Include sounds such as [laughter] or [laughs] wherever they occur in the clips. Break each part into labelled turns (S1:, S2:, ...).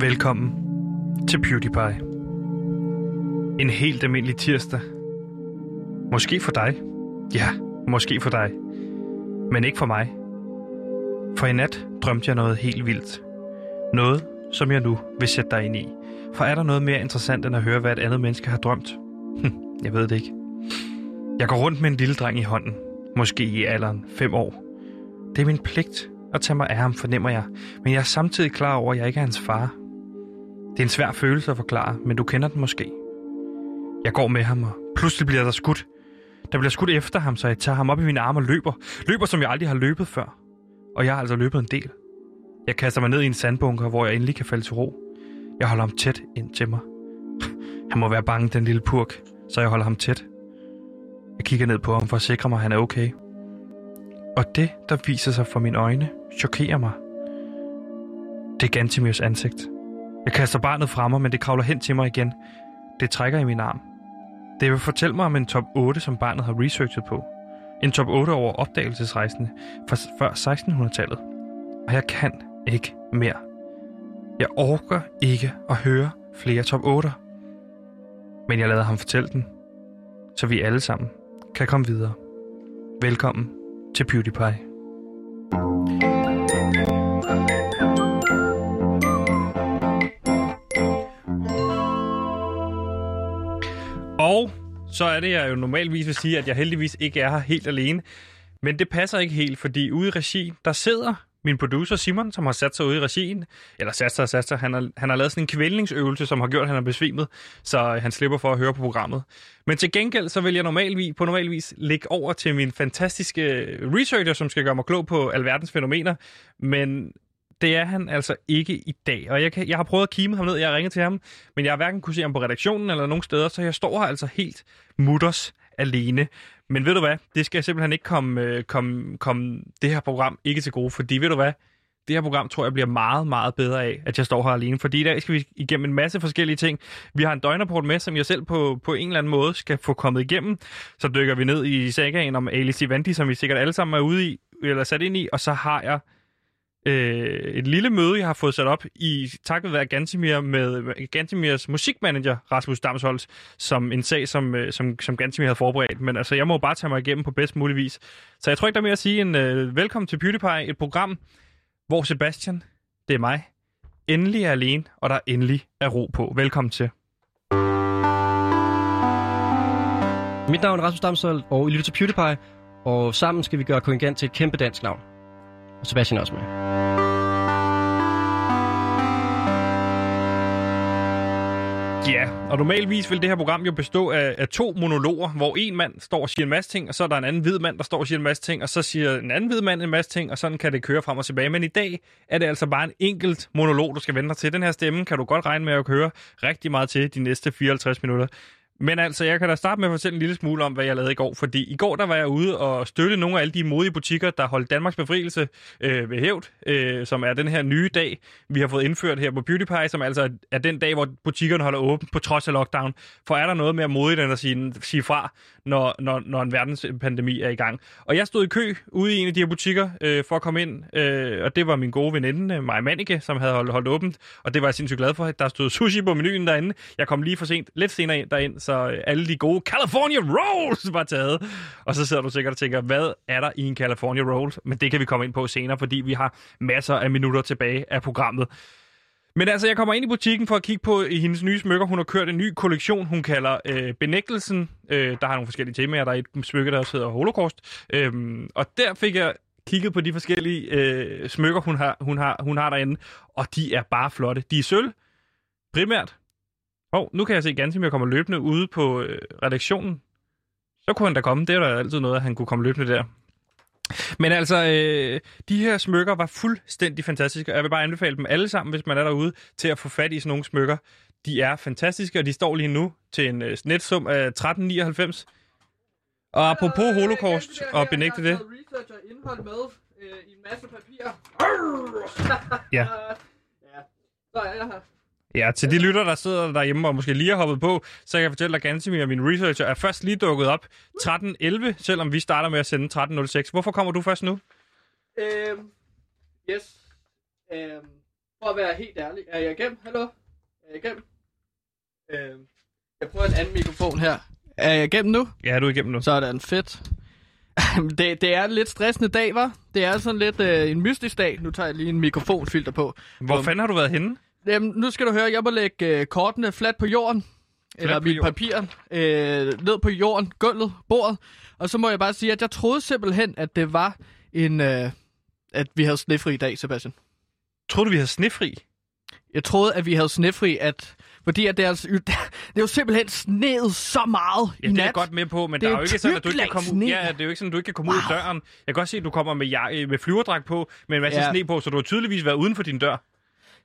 S1: Velkommen til PewDiePie. En helt almindelig tirsdag. Måske for dig. Ja, måske for dig. Men ikke for mig. For i nat drømte jeg noget helt vildt. Noget, som jeg nu vil sætte dig ind i. For er der noget mere interessant end at høre, hvad et andet menneske har drømt? Hm, jeg ved det ikke. Jeg går rundt med en lille dreng i hånden. Måske i alderen 5 år. Det er min pligt at tage mig af ham, fornemmer jeg. Men jeg er samtidig klar over, at jeg ikke er hans far. Det er en svær følelse at forklare, men du kender den måske. Jeg går med ham, og pludselig bliver der skudt. Der bliver skudt efter ham, så jeg tager ham op i mine arme og løber. Løber, som jeg aldrig har løbet før. Og jeg har altså løbet en del. Jeg kaster mig ned i en sandbunker, hvor jeg endelig kan falde til ro. Jeg holder ham tæt ind til mig. [laughs] Han må være bange, den lille purk, så jeg holder ham tæt. Jeg kigger ned på ham for at sikre mig, at han er okay. Og det, der viser sig for mine øjne, chokerer mig. Det er Gantimirs ansigt. Jeg kaster barnet fra mig, men det kravler hen til mig igen. Det trækker i min arm. Det vil fortælle mig om en top 8, som barnet har researchet på. En top 8 over opdagelsesrejsende fra s- før 1600-tallet. Og jeg kan ikke mere. Jeg orker ikke at høre flere top 8'er. Men jeg lader ham fortælle den, så vi alle sammen kan komme videre. Velkommen til PewDiePie. Og så er det, jeg jo normalvis vil sige, at jeg heldigvis ikke er her helt alene. Men det passer ikke helt, fordi ude i regi, der sidder min producer Simon, som har sat sig ude i regien. Eller sat sig og sat sig. Han har, han har lavet sådan en kvælningsøvelse, som har gjort, at han er besvimet, så øh, han slipper for at høre på programmet. Men til gengæld, så vil jeg normalvis, på normalvis lægge over til min fantastiske øh, researcher, som skal gøre mig klog på alverdens fænomener. Men det er han altså ikke i dag. Og jeg, kan, jeg har prøvet at kime ham ned, jeg har ringet til ham, men jeg har hverken kunne se ham på redaktionen eller nogen steder, så jeg står her altså helt mutters alene. Men ved du hvad, det skal simpelthen ikke komme, øh, komme, komme det her program ikke til gode, fordi ved du hvad, det her program tror jeg bliver meget, meget bedre af, at jeg står her alene. Fordi i dag skal vi igennem en masse forskellige ting. Vi har en døgnrapport med, som jeg selv på, på en eller anden måde skal få kommet igennem. Så dykker vi ned i sagaen om Alice Ivanti, som vi sikkert alle sammen er ude i, eller sat ind i. Og så har jeg øh, et lille møde, jeg har fået sat op i takket være Gantimir med med Gantimirs musikmanager, Rasmus Damsholz, som en sag, som, øh, som, som Gantimir havde forberedt. Men altså, jeg må jo bare tage mig igennem på bedst mulig vis. Så jeg tror ikke, der er mere at sige end øh, velkommen til PewDiePie, et program, hvor Sebastian, det er mig, endelig er alene, og der endelig er ro på. Velkommen til.
S2: Mit navn er Rasmus Damsholdt, og I lytter til PewDiePie, og sammen skal vi gøre Kongen til et kæmpe dansk navn. Og Sebastian er også med.
S1: Ja, og normalvis vil det her program jo bestå af, af to monologer, hvor en mand står og siger en masse ting, og så er der en anden hvid mand, der står og siger en masse ting, og så siger en anden hvid mand en masse ting, og sådan kan det køre frem og tilbage. Men i dag er det altså bare en enkelt monolog, du skal vente dig til. Den her stemme kan du godt regne med at høre rigtig meget til de næste 54 minutter. Men altså, jeg kan da starte med at fortælle en lille smule om, hvad jeg lavede i går. Fordi i går, der var jeg ude og støtte nogle af alle de modige butikker, der holdt Danmarks befrielse øh, ved hævd, øh, som er den her nye dag, vi har fået indført her på Beauty Pie, som altså er den dag, hvor butikkerne holder åbent på trods af lockdown. For er der noget mere modigt end at sige, sige fra, når, når, når en verdenspandemi er i gang? Og jeg stod i kø ude i en af de her butikker øh, for at komme ind, øh, og det var min gode veninde, øh, Maja Mannike, som havde holdt, holdt åbent, og det var jeg sindssygt glad for. Der stod sushi på menuen derinde. Jeg kom lige for sent, lidt senere ind derind, så øh, alle de gode California Rolls var taget. Og så sidder du sikkert og tænker, hvad er der i en California Roll? Men det kan vi komme ind på senere, fordi vi har masser af minutter tilbage af programmet. Men altså, jeg kommer ind i butikken for at kigge på hendes nye smykker. Hun har kørt en ny kollektion, hun kalder øh, Benægtelsen. Øh, der har nogle forskellige temaer. Der er et smykke, der også hedder Holocaust. Øhm, og der fik jeg kigget på de forskellige øh, smykker, hun har, hun, har, hun har derinde. Og de er bare flotte. De er sølv, primært. Og nu kan jeg se ganske mere kommer løbende ude på øh, redaktionen. Så kunne han da komme. Det er der altid noget, at han kunne komme løbende der. Men altså, øh, de her smykker var fuldstændig fantastiske, og jeg vil bare anbefale dem alle sammen, hvis man er derude, til at få fat i sådan nogle smykker. De er fantastiske, og de står lige nu til en øh, netsum af 13,99. Og apropos holocaust og benægte det,
S3: researcher indhold med øh, i en masse papir.
S1: Ja.
S3: [laughs] ja. Så er jeg her.
S1: Ja, til de lytter, der sidder derhjemme og måske lige har hoppet på, så kan jeg fortælle dig, at Gansimir, og min researcher, er først lige dukket op 13.11, selvom vi starter med at sende 13.06. Hvorfor kommer du først nu?
S3: Øhm, yes. Øhm, For at være helt ærlig, er jeg igennem? Hallo? Er jeg igennem? Øh, jeg prøver en anden mikrofon her. Er jeg igennem nu?
S1: Ja, du er igennem nu.
S3: Sådan, fedt. [laughs] det, det er en lidt stressende dag, var. Det er sådan lidt øh, en mystisk dag. Nu tager jeg lige en mikrofonfilter på.
S1: Hvor
S3: Bum.
S1: fanden har du været henne?
S3: Jamen, nu skal du høre, jeg må lægge øh, kortene fladt på jorden. Eller
S1: på
S3: mit
S1: jorden.
S3: papir øh, ned på jorden, gulvet, bordet. Og så må jeg bare sige, at jeg troede simpelthen, at det var en... Øh, at vi havde snefri i dag, Sebastian.
S1: Tror du, vi havde snefri?
S3: Jeg troede, at vi havde snefri, at... Fordi at det er, altså, [laughs] det er jo simpelthen sneet så meget
S1: Ja,
S3: i
S1: det
S3: nat.
S1: er jeg godt med på, men
S3: Det
S1: det
S3: er
S1: er
S3: jo
S1: jo ikke sådan, at du ikke kan
S3: kløblag
S1: komme ud.
S3: sne.
S1: Ja, det er jo ikke sådan, at du ikke kan komme wow. ud af
S3: Wow.
S1: døren. Jeg kan godt se, at du kommer med, ja, med flyverdragt på, med en masse
S3: Ja.
S1: ja. sne på, så du har tydeligvis været uden for din dør.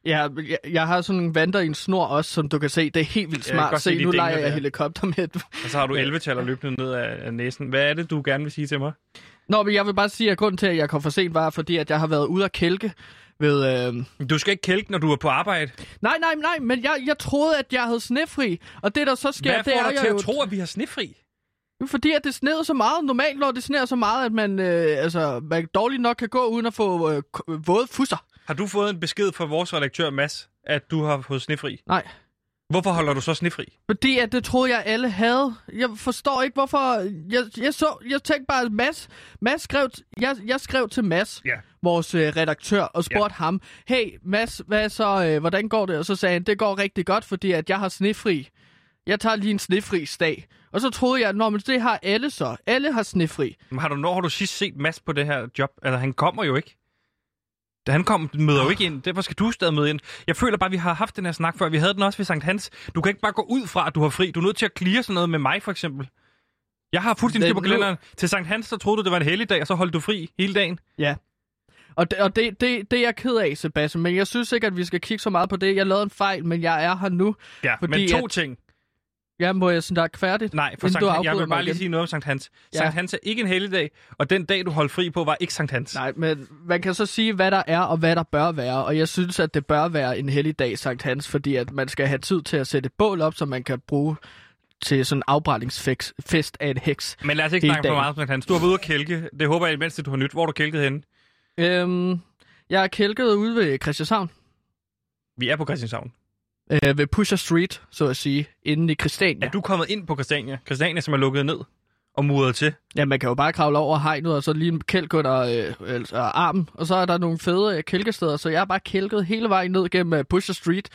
S3: Ja, jeg, jeg har sådan en vanter i en snor også, som du kan se. Det er helt vildt
S1: Ja, jeg kan
S3: smart.
S1: godt se,
S3: se,
S1: de
S3: nu
S1: dingler
S3: leger jeg
S1: der.
S3: helikopter med. [laughs]
S1: Og så har du 11 taler løbende ned af, af næsen. Hvad er det, du gerne vil sige til mig?
S3: Nå, men jeg vil bare sige, at grunden til, at jeg kom for sent, var fordi, at jeg har været ude at kælke ved... Øh,
S1: Du skal ikke kælke, når du er på arbejde.
S3: Nej, nej, nej, men jeg, jeg troede, at jeg havde snefri, og det der så sker,
S1: Hvad ja,
S3: det er
S1: får dig til
S3: jeg jo...
S1: at tro, at vi har snefri?
S3: Fordi at det sneer så meget. Normalt, når det sneer så meget, at man, øh, altså, man dårligt nok kan gå uden at få øh, k- våde fusser.
S1: Har du fået en besked fra vores redaktør, Mads, at du har fået snefri?
S3: Nej.
S1: Hvorfor holder du så snefri?
S3: Fordi at det troede jeg alle havde. Jeg forstår ikke, hvorfor... Jeg, jeg, så, jeg tænkte bare, at Mads, Mads skrev... t- Jeg, jeg skrev til Mads,
S1: Ja.
S3: vores øh, redaktør, og spurgte ja. ham, hey Mads, hvad så, øh, hvordan går det? Og så sagde han, det går rigtig godt, fordi at jeg har snefri. Jeg tager lige en snefri dag. Og så troede jeg, at det har alle så. Alle har snefri.
S1: Men har du, når har du sidst set Mads på det her job? Altså, han kommer jo ikke. Da Han kom, møder jo ikke ind. Derfor skal du stadig møde ind. Jeg føler bare, at vi har haft den her snak før. Vi havde den også ved Sankt Hans. Du kan ikke bare gå ud fra, at du har fri. Du er nødt til at clear sådan noget med mig, for eksempel. Jeg har fuldstændig
S3: Men
S1: styr på
S3: nu-
S1: kalenderen. Til Sankt Hans, der troede du, det var en helligdag, og så holdt du fri hele dagen.
S3: Og, det, og det, det, det er jeg ked af, Sebastian, men jeg synes ikke, at vi skal kigge så meget på det. Jeg lavede en fejl, men jeg er her nu.
S1: Ja,
S3: Fordi
S1: men to
S3: at-
S1: ting.
S3: Jeg må jeg snakke færdigt.
S1: Nej, for
S3: inden
S1: Sankt
S3: du
S1: Hans. Jeg
S3: afbryder
S1: vil
S3: mig
S1: bare lige
S3: igen.
S1: sige noget om Sankt Hans.
S3: Ja.
S1: Ja. Sankt Hans er ikke en helligdag, og den dag, du holdt fri på, var ikke Sankt Hans.
S3: Nej, men man kan så sige, hvad der er og hvad der bør være, og jeg synes, at det bør være en hellig dag, Sankt Hans, fordi at man skal have tid til at sætte et bål op, som man kan bruge til sådan en afbrændingsfest af en heks.
S1: Men lad os ikke
S3: Hele
S1: snakke for
S3: dagen.
S1: meget om Sankt Hans. Du har været ude at kælke. Det håber jeg, imens du har nyt. Hvor har du kælket henne?
S3: Øhm, jeg er kælket ude ved Christianshavn,
S1: Vi er på Christianshavn.
S3: øh, ved Pusher Street, så at sige, inde i Christiania.
S1: Er du kommet ind på Christiania? Christiania, som er lukket ned og muret til.
S3: Ja, man kan jo bare kravle over hegnet, og så lige en kælk under øh, altså, armen, og så er der nogle fede øh, kælkesteder, så jeg er bare kælket hele vejen ned gennem øh, Pusher Street.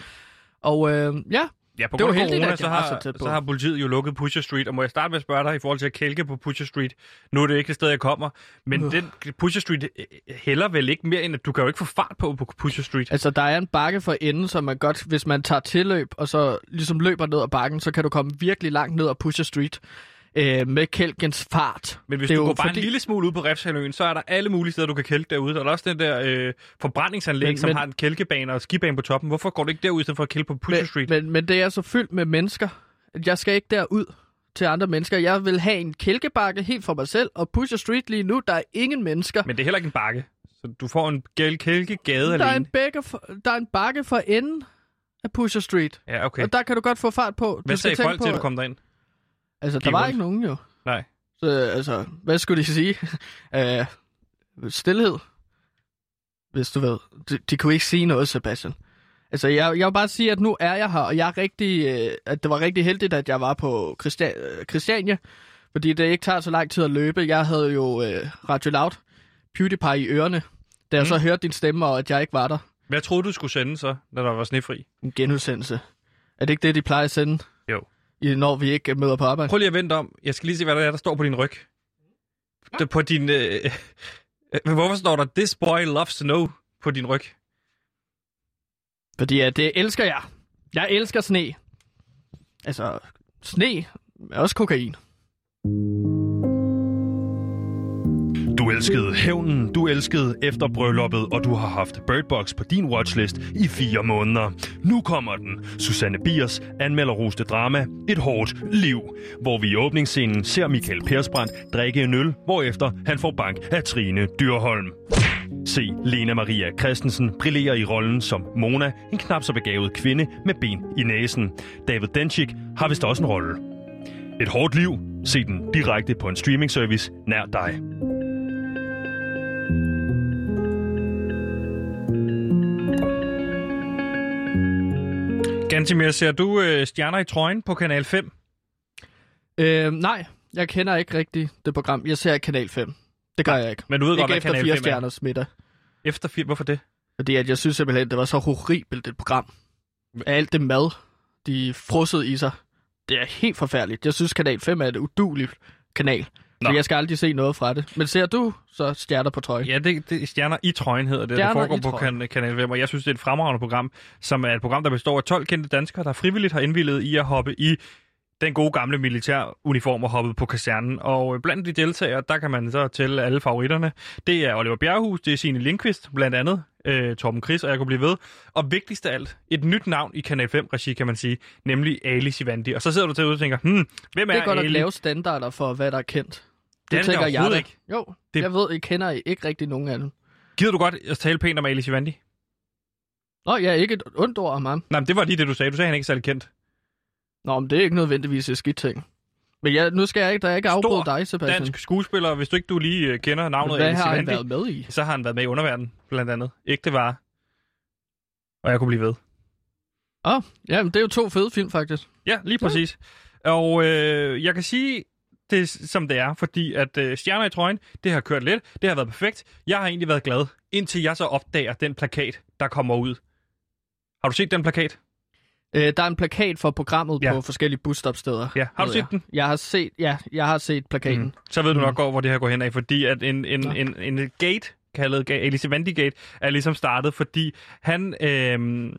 S3: Og øh, ja,
S1: Ja, på
S3: Det var
S1: grund af
S3: heldigt,
S1: corona,
S3: at
S1: så
S3: jeg var
S1: har,
S3: så tæt på.
S1: så har politiet jo lukket Pusher Street. Og må jeg starte med at spørge dig i forhold til at kælke på Pusher Street? Nu er det ikke det sted, jeg kommer. Men
S3: Øh.
S1: den Pusher Street øh, hælder vel ikke mere, end at du kan jo ikke få fart på på Pusher Street.
S3: altså der er en bakke for enden, som man godt, hvis man tager tilløb, og så ligesom løber ned ad bakken, så kan du komme virkelig langt ned ad Pusher Street øh, med kælkens fart.
S1: Men hvis
S3: Det er
S1: du
S3: jo
S1: går bare
S3: fordi-
S1: en lille smule ud på Refshaløen, så er der alle mulige steder, du kan kælke derude. Og der er også den der øh, forbrændingsanlæg,
S3: Men-
S1: som
S3: men-
S1: har en kælkebane og skibane på toppen. Hvorfor går du ikke derud, i stedet for at kælke på Pusher Street?
S3: Men, men, men det er så fyldt med mennesker. Jeg skal ikke derud til andre mennesker. Jeg vil have en kælkebakke helt for mig selv, og Pusher Street lige nu, der er ingen mennesker.
S1: Men det er heller ikke en bakke. Så du får en gæl- kælkegade
S3: der er,
S1: alene.
S3: en bække for, der er en bakke for enden af Pusher Street.
S1: Ja, okay.
S3: Og der kan du godt få fart på. Du
S1: Hvad sagde folk til, at du kom derind?
S3: Altså, der
S1: gik
S3: var
S1: rundt?
S3: ikke nogen jo.
S1: Nej.
S3: Så, altså, hvad skulle de sige? [laughs] Øh, stilhed. Hvis du ved. De, de kunne ikke sige noget, Sebastian. Altså, jeg, jeg vil bare sige, at nu er jeg her, og jeg er rigtig, øh, at det var rigtig heldigt, at jeg var på Christia- øh, Christiania. Fordi det ikke tager så lang tid at løbe. Jeg havde jo øh, Radio Loud, PewDiePie i ørerne, da jeg
S1: Mm.
S3: så hørte din stemme, og at jeg ikke var der.
S1: Hvad troede du skulle sende så, når der var snefri?
S3: En genudsendelse. Er det ikke det, de plejer at sende?
S1: Jo.
S3: I, når vi ikke møder på arbejde?
S1: Prøv lige at vente om. Jeg skal lige se, hvad der er, der står på din ryg. Det, på din... Øh, øh, hvorfor står der, this boy loves snow på din ryg?
S3: Fordi at det elsker jeg. Jeg elsker sne. Altså, sne er også kokain.
S4: Du elskede hævnen, du elskede efter brylluppet, og du har haft Bird Box på din watchlist i fire måneder. Nu kommer den. Susanne Biers anmelder roste drama Et hårdt liv, hvor vi i åbningsscenen ser Michael Persbrandt drikke en øl, hvorefter han får bank af Trine Dyrholm. Se Lena Maria Christensen brillerer i rollen som Mona, en knap så begavet kvinde med ben i næsen. David Denchik har vist også en rolle. Et hårdt liv. Se den direkte på en streamingservice nær dig.
S1: Gantimir, ser du øh, Stjerner i trøjen på Kanal 5?
S3: Øh, nej, jeg kender ikke rigtigt det program. Jeg ser Kanal 5. Det gør jeg ikke.
S1: Men du ved godt,
S3: Ikke
S1: hvad
S3: efter
S1: Kanal
S3: 4
S1: 5 er.
S3: stjerners middag.
S1: Efter fire, hvorfor det?
S3: Fordi at jeg synes simpelthen, det var så horribelt et program. Alt det mad, de frossede i sig. Det er helt forfærdeligt. Jeg synes, Kanal 5 er et uduligt kanal.
S1: Nå.
S3: Så jeg skal aldrig se noget fra det. Men ser du så stjerner på trøjen?
S1: Ja, det, det Stjerner i trøjen hedder det,
S3: Stjerner
S1: der foregår
S3: i
S1: på
S3: trøjen.
S1: kan, Kanal 5, og jeg synes, det er et fremragende program, som er et program, der består af 12 kendte danskere, der frivilligt har indvillet i at hoppe i den gode gamle militæruniform og hoppet på kasernen. Og øh, blandt de deltagere, der kan man så tælle alle favoritterne. Det er Oliver Bjerrehus, det er Signe Lindqvist, blandt andet øh, Torben Chris, og jeg kunne blive ved. Og vigtigst af alt, et nyt navn i Kanal 5-regi, kan man sige, nemlig Ali Sivandi. Og så sidder du til og tænker, hmm, hvem er
S3: det er godt
S1: Ali?
S3: at lave standarder for, hvad der er kendt.
S1: Det er
S3: Det
S1: det da
S3: tænker jeg
S1: overhovedet
S3: da.
S1: ikke.
S3: Jo,
S1: Det-
S3: det... jeg ved, I kender ikke rigtig nogen af dem.
S1: Gider du godt at tale pænt om Ali Sivandi?
S3: Nå, jeg er ikke et ondt ord om ham.
S1: Nej, men det var lige det, du sagde. Du sagde, han er ikke særlig kendt.
S3: Nå, men det er ikke nødvendigvis et skidt ting. Men jeg, nu skal jeg ikke, da jeg ikke
S1: Stor
S3: afbryde dig, Sebastian.
S1: dansk skuespiller. Hvis du ikke du lige øh, kender navnet
S3: Hvad
S1: Alice
S3: har han
S1: Sivandi,
S3: været med i?
S1: så har han været med i underverdenen, blandt andet. Ægte vare. Og jeg kunne blive ved.
S3: Åh, oh, jamen det er jo to fede film, faktisk.
S1: Ja, lige præcis. Og øh, jeg kan sige det, som det er, fordi at øh, Stjerner i trøjen, det har kørt lidt, det har været perfekt. Jeg har egentlig været glad, indtil jeg så opdager den plakat, der kommer ud. Har du set den plakat?
S3: Øh, der er en plakat for programmet
S1: Ja.
S3: ja. på forskellige busstopsteder.
S1: Ja. Har du
S3: ved
S1: set
S3: jeg.
S1: den?
S3: Jeg har set, ja, jeg har set plakaten.
S1: Mm. Så ved du nok godt, hvor det her går hen af, fordi at en, en, en, en, en gate, kaldet ga- Alice Vandigate, er ligesom startet, fordi han... Øh,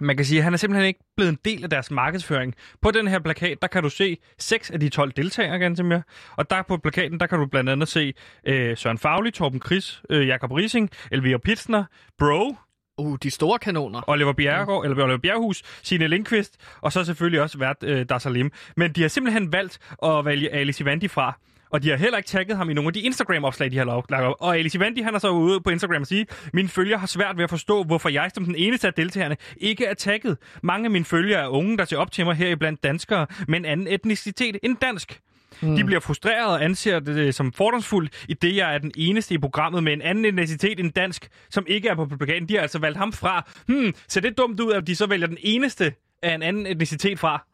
S1: man kan sige, at han er simpelthen ikke blevet en del af deres markedsføring. På den her plakat, der kan du se seks af de 12 deltagere, Gantemir. Og der på plakaten, der kan du blandt andet se øh, Søren Fagli, Torben Chris, øh, Jakob Rising, Elvira Pitsner, Bro,
S3: Uh, de store kanoner.
S1: Oliver Bjerregaard, eller Oliver Bjerghus, Signe Lindqvist, og så selvfølgelig også vært øh, Dar Salim. Men de har simpelthen valgt at vælge Alice Ivandi fra. Og de har heller ikke tagget ham i nogle af de Instagram-opslag, de har lavet- lagt op. Og Alice Ivandi, han er så ude på Instagram og sige, mine følgere har svært ved at forstå, hvorfor jeg som den eneste af deltagerne ikke er tagget. Mange af mine følgere er unge, der ser op til mig heriblandt danskere med en anden etnicitet end dansk. Mm. De bliver frustreret og anser det øh, som fordomsfuldt, i det jeg er den eneste i programmet med en anden etnicitet end dansk, som ikke er på plakaten. De har altså valgt ham fra. Hmm, ser det dumt ud, at de så vælger den eneste af en anden etnicitet fra?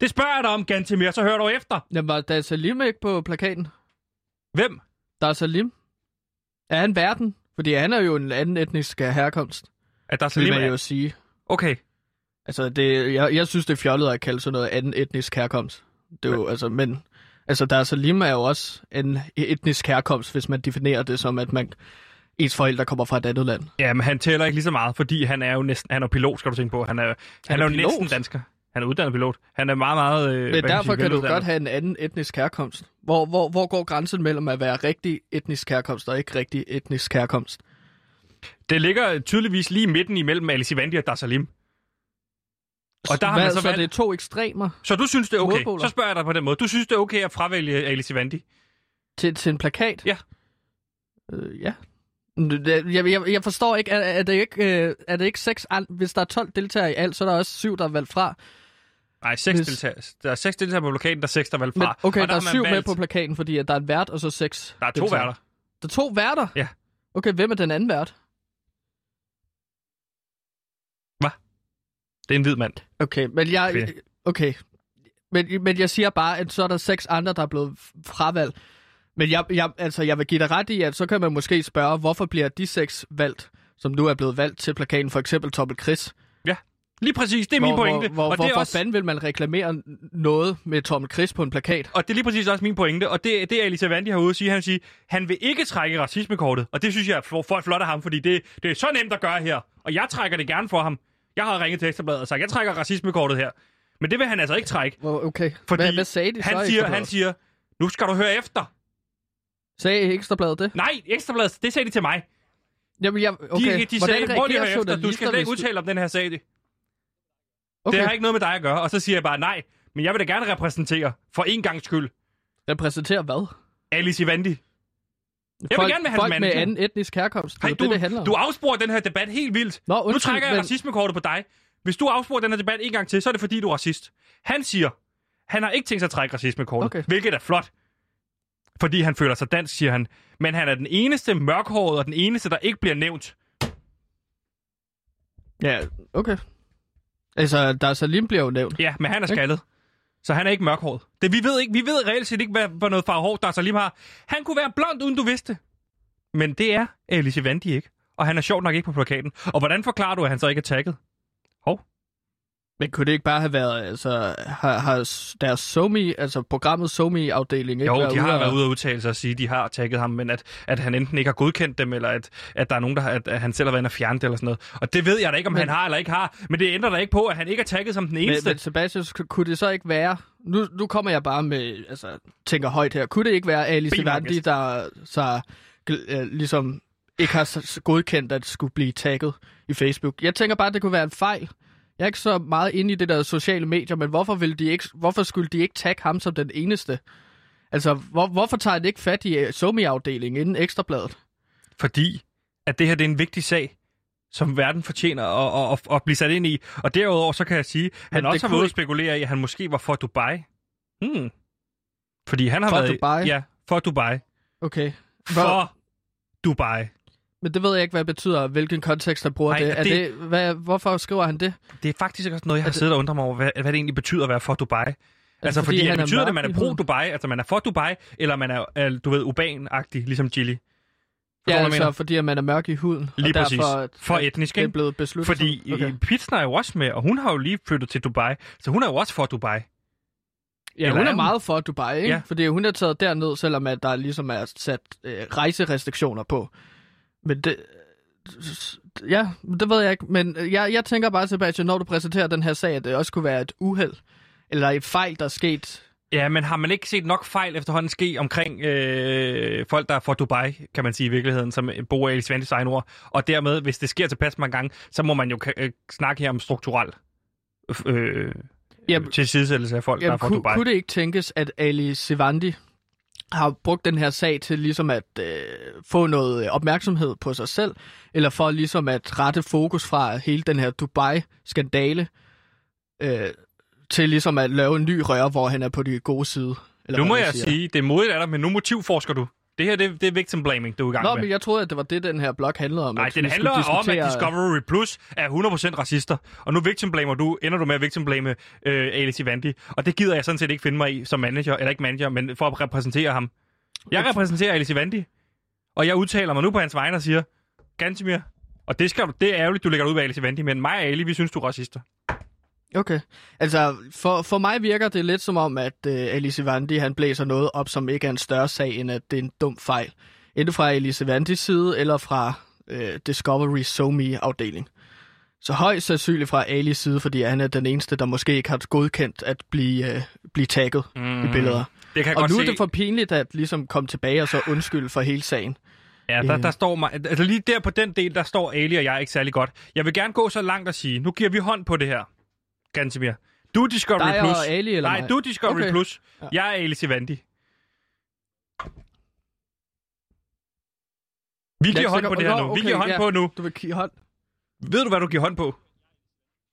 S1: Det spørger jeg dig om, Gantemir, så hører du efter.
S3: Jamen, var der Salim ikke på plakaten?
S1: Hvem?
S3: Der er Salim. Er han verden? Fordi han er jo en anden etnisk herkomst,
S1: At der er
S3: vil
S1: Salim
S3: man
S1: er.
S3: jo sige.
S1: Okay,
S3: Altså, det, jeg, jeg synes, det er fjollet at kalde sådan noget anden etnisk herkomst. Det er jo, altså, men... Altså, der er Salim er jo også en etnisk herkomst, hvis man definerer det som, at man, ens forældre kommer fra et andet land.
S1: jamen han tæller ikke lige så meget, fordi han er jo næsten, han er jo pilot, skal du tænke på. Han er, han han
S3: er
S1: er, jo
S3: pilot?
S1: næsten dansker. Han er uddannet pilot. Han er meget, meget... Øh, hvad
S3: Men
S1: man
S3: derfor
S1: sige,
S3: kan du
S1: veluddannet.
S3: godt have en anden etnisk herkomst. Hvor, hvor, hvor går grænsen mellem at være rigtig etnisk herkomst og ikke rigtig etnisk herkomst?
S1: Det ligger tydeligvis lige midten imellem Alice Ivandi og Dar Salim. Og der har
S3: Hvad,
S1: man så
S3: så,
S1: valgt-
S3: det er to ekstremer
S1: Så du synes, det er okay?
S3: Modpoler.
S1: Så spørger jeg dig på den måde. Du synes, det er okay at fravælge Alice Ivandi?
S3: til, til en plakat?
S1: Ja.
S3: Øh, ja. Men det- det- Jeg, jeg, jeg forstår ikke, er, er det ikke, øh, er det ikke seks, an- hvis der er 12 deltagere i alt, så er der også syv, der er valgt fra.
S1: Nej, seks
S3: Hvis-
S1: deltagere. Der er seks deltagere på plakaten, der er seks, der er valgt fra.
S3: Men, okay,
S1: Og
S3: der,
S1: har
S3: der er
S1: man
S3: syv med
S1: valgt-
S3: på plakaten, fordi at der er en vært og så seks.
S1: Der er to
S3: deltagere.
S1: værter.
S3: Der er to værter?
S1: Ja.
S3: Okay, hvem er den anden vært?
S1: Det er en hvid mand.
S3: Okay, men jeg...
S1: Kvinde.
S3: Okay. Men, men jeg siger bare, at så er der seks andre, der er blevet fravalgt. Men jeg, jeg, altså, jeg vil give dig ret i, at så kan man måske spørge, hvorfor bliver de seks valgt, som nu er blevet valgt til plakaten, for eksempel Toppel Chris?
S1: Lige præcis, det er min
S3: hvor,
S1: pointe.
S3: Hvor, hvor,
S1: og,
S3: hvorfor
S1: det er også,
S3: fanden vil man reklamere n- noget med Tommel Chris på en plakat?
S1: og det er lige præcis også min pointe. Og det, det er Alice Ivandi herude at sige. Han siger, han vil ikke trække racismekortet. Og det synes jeg er for, for flot af ham, fordi det, det er så nemt at gøre her. Og jeg trækker det gerne for ham. Jeg har ringet til Ekstrabladet og sagt, jeg trækker racismekortet her. Men det vil han altså ikke trække.
S3: Hvor, okay,
S1: Fordi
S3: hvad, hvad sagde de så?
S1: han siger,
S3: i Ekstra
S1: han
S3: Bladet?
S1: siger, nu skal du høre efter.
S3: Sagde Ekstrabladet det?
S1: Nej, Ekstrabladet, det sagde de til mig.
S3: Jamen, jeg, okay.
S1: De, de sagde,
S3: Hvordan
S1: prøv lige
S3: reagerer
S1: at høre efter, du skal
S3: journalister,
S1: slet ikke
S3: hvis
S1: udtale om den her sag.
S3: Okay.
S1: Det har ikke noget med dig at gøre. Og så siger jeg bare, nej, men jeg vil da gerne repræsentere, for en gang skyld,
S3: Jeg præsenterer hvad?
S1: Alice Ivandi. vil
S3: folk,
S1: gerne være hans
S3: folk med
S1: manager.
S3: anden etnisk herkomst. Det er
S1: Hey,
S3: jo
S1: du,
S3: det, det handler om.
S1: du afsporer den her debat helt vildt.
S3: Nå,
S1: nu
S3: undskyld,
S1: trækker jeg
S3: men-
S1: racismekortet på dig. Hvis du afsporer den her debat en gang til, så er det fordi, du er racist. Han siger, han har ikke tænkt sig at trække racismekortet, okay.
S3: Okay.
S1: hvilket er flot. Fordi han føler sig dansk, siger han. Men han er den eneste mørkhåret og den eneste, der ikke bliver nævnt.
S3: Ja, okay. Altså, der Salim bliver jo nævnt.
S1: Ja, men han er skaldet. Så han er ikke mørkhåret. Det, vi, ved ikke, vi ved reelt set ikke, hvad for noget farve hår, der Salim har. Han kunne være blond, uden du vidste. det. Men det er Alice Vandi ikke. Og han er sjovt nok ikke på plakaten. Og hvordan forklarer du, at han så ikke er tagget?
S3: Men kunne det ikke bare have været, altså, har, har s- deres Somi, altså programmet Somi-afdeling, ikke
S1: Jo,
S3: været
S1: de har
S3: ude
S1: været
S3: og-
S1: ude og udtale sig og sige, at de har tagget ham, men at, at han enten ikke har godkendt dem, eller at, at der er nogen, der har, at, at han selv har været inde og fjernet det, eller sådan noget. Og det ved jeg da ikke, om men... han har eller ikke har, men det ændrer da ikke på, at han ikke er tagget som den
S3: Men,
S1: eneste.
S3: men Sebastian, sk- kunne det så ikke være... Nu, nu kommer jeg bare med... Altså, tænker højt her. Kunne det ikke være Alice
S1: Be my
S3: Vandi,
S1: guest.
S3: der så gl- øh, ligesom ikke har s- s- godkendt, at skulle blive tagget i Facebook? Jeg tænker bare, at det kunne være en fejl. Jeg er ikke så meget inde i det der sociale medier, men hvorfor, ville de ikke, hvorfor skulle de ikke tagge ham som den eneste? Altså, hvor, hvorfor tager det ikke fat i øh, Somi-afdelingen inden Ekstrabladet?
S1: fordi at det her det er en vigtig sag, som verden fortjener at, at, at, at blive sat ind i. Og derudover så kan jeg sige, at han
S3: det
S1: også har
S3: kunne
S1: været ude at
S3: ikke-
S1: spekulere i, at han måske var for Dubai. Hmm. Fordi han har
S3: For
S1: været...
S3: Dubai?
S1: Ja, for Dubai.
S3: Okay.
S1: For, for Dubai.
S3: Men det ved jeg ikke, hvad det betyder, hvilken kontekst, der bruger
S1: Nej,
S3: det.
S1: og
S3: Er det...
S1: det-
S3: det hvad, hvorfor skriver han det?
S1: Det er faktisk også noget, jeg har siddet og undret mig over, hvad, hvad det egentlig betyder at være for Dubai. Altså, fordi,
S3: fordi
S1: fordi
S3: han
S1: han
S3: er
S1: betyder det, at
S3: mørk
S1: man
S3: i
S1: er
S3: huden?
S1: pro-Dubai, altså man er for Dubai, eller man er, er du ved, urban-agtig, ligesom Gilly. Forstår
S3: Ja,
S1: du, hvad jeg
S3: altså
S1: mener?
S3: fordi at man er mørk i huden.
S1: Lige
S3: og
S1: præcis.
S3: Derfor, at-
S1: For
S3: at
S1: etnisk,
S3: det er
S1: ikke?
S3: blevet besluttet.
S1: Fordi
S3: sådan.
S1: okay.
S3: okay.
S1: Pitsner er jo også med, og hun har jo lige flyttet til Dubai, så hun er jo også for Dubai.
S3: ja,
S1: eller
S3: hun
S1: er
S3: er
S1: hun?
S3: meget for Dubai, ikke?
S1: Ja.
S3: Ja. Fordi hun er taget derned, selvom at der ligesom er sat øh, rejserestriktioner på. Men det... øh, Ja, det ved jeg ikke. Men øh, jeg, jeg tænker bare, Sebastian, når du præsenterer den her sag, at det også kunne være et uheld. Eller et fejl, der er sket.
S1: Ja, men har man ikke set nok fejl efterhånden ske omkring øh, folk, der er fra Dubai, kan man sige i virkeligheden, som bor i Svendis egen ord? Og dermed, hvis det sker tilpas mange gange, så må man jo ka- øh, snakke her om strukturel øh,
S3: Jamen-
S1: tilsidesættelse af folk, der er fra
S3: kunne,
S1: Dubai.
S3: kunne det ikke tænkes, at Ali Sivandi har brugt den her sag til ligesom at øh, få noget øh, opmærksomhed på sig selv, eller for ligesom at rette fokus fra hele den her Dubai-skandale øh, til ligesom at lave en ny røre, hvor han er på de gode side? Eller
S1: Nu
S3: hvad
S1: må
S3: man
S1: jeg
S3: siger.
S1: sige, det er modigt af dig, men nu motivforsker du. Det her, det, det er victim blaming, du er i gang
S3: Nå,
S1: med.
S3: men jeg troede, at det var det, den her blog handlede om.
S1: Nej,
S3: at
S1: den
S3: vi skulle
S1: handler om, at
S3: diskutere-
S1: Discovery Plus er 100% racister. Og nu victimblamer du, ender du med at victimblame øh, Alice Ivandi. Og det gider jeg sådan set ikke finde mig i som manager, eller ikke manager, men for at repræsentere ham. Jeg repræsenterer Alice Ivandi, og jeg udtaler mig nu på hans vegne og siger, Gantemir, og det, skal du, det er ærgerligt, du lægger dig ud med Alice Ivandi, men mig og Ali, vi synes, du er racister.
S3: Okay. Altså, for, for mig virker det lidt som om, at øh, Alice Vandi, han blæser noget op, som ikke er en større sag, end at det er en dum fejl. Enten fra Alice Vandis side, eller fra øh, Discovery SoMe-afdeling. Så højst sandsynligt fra Alis side, fordi han er den eneste, der måske ikke har godkendt at blive, øh, blive tagget mm. i billeder.
S1: Det kan jeg
S3: Og
S1: godt
S3: nu
S1: se.
S3: er det for pinligt at ligesom komme tilbage og så undskylde for hele sagen.
S1: Ja, der,
S3: Øh.
S1: der står mig, altså lige der på den del, der står Ali og jeg ikke særlig godt. Jeg vil gerne gå så langt og sige, nu giver vi hånd på det her, Gantemir. Du er Discovery
S3: Dig og
S1: Plus.
S3: Ali, eller
S1: Nej,
S3: mig?
S1: du er Discovery
S3: Okay.
S1: Plus. Jeg er Ali Sivandi. Vi giver hånd på det her nu. Vi giver hånd på nu.
S3: Du vil give hånd?
S1: Ved du, hvad du giver hånd på?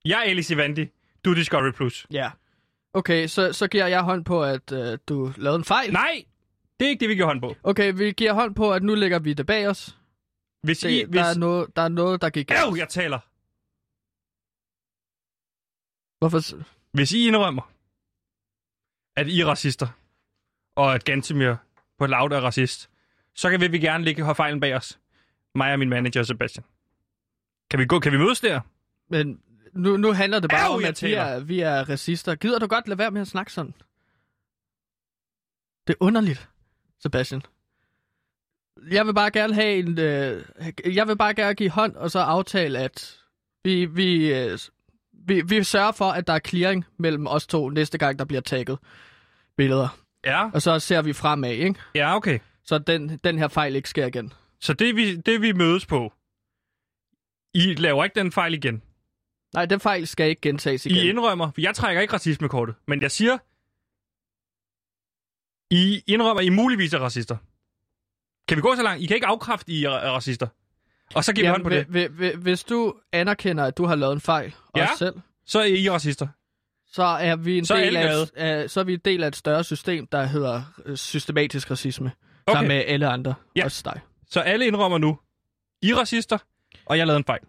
S1: Jeg er Ali Sivandi. Du er Discovery Plus.
S3: Ja. Okay, så, så giver jeg hånd på, at øh, du lavede en fejl.
S1: Nej, det er ikke det, vi giver hånd på.
S3: Okay, vi giver hånd på, at nu lægger vi det bag os.
S1: Hvis
S3: Det,
S1: I...
S3: I,
S1: Hvis...
S3: der, er noget, der er noget, der gik
S1: Øv, jeg taler.
S3: Hvorfor? s-
S1: Hvis I indrømmer, at I er racister, og at Gantemir på laut er racist, så kan vi, vi gerne ligge fejlen bag os. Mig og min manager Sebastian. Kan vi, gå, kan vi mødes der?
S3: Men nu, nu handler det bare
S1: Øv,
S3: om,
S1: jeg
S3: at vi
S1: taler.
S3: er, vi er racister. Gider du godt lade være med at snakke sådan? Det er underligt, Sebastian. Jeg vil bare gerne have en... Øh, jeg vil bare gerne give hånd og så aftale, at vi, vi, øh, vi, vi sørger for, at der er clearing mellem os to næste gang, der bliver tagget billeder.
S1: Ja,
S3: Og så ser vi fremad, ikke?
S1: ja okay.
S3: Så den, den her fejl ikke sker igen.
S1: Så det vi, det vi mødes på, I laver ikke den fejl igen.
S3: Nej, den fejl skal ikke gentages igen.
S1: I indrømmer, for jeg trækker ikke racismekortet, men jeg siger, I indrømmer, I muligvis er racister. Kan vi gå så langt? I kan ikke afkræfte, I er er racister. Og så giver vi hånd på det.
S3: hvi- hvi- hvi- Hvis du anerkender, at du har lavet en fejl,
S1: Ja.
S3: ja. også selv,
S1: Så er I racister.
S3: så er vi en
S1: Så er
S3: del
S1: alle
S3: af, et- af, så er vi en del af et større system, der hedder øh, systematisk racisme, okay.
S1: Okay.
S3: sammen med alle andre,
S1: Ja.
S3: ja. også dig.
S1: Så alle indrømmer nu, I er racister, og jeg lavede en fejl.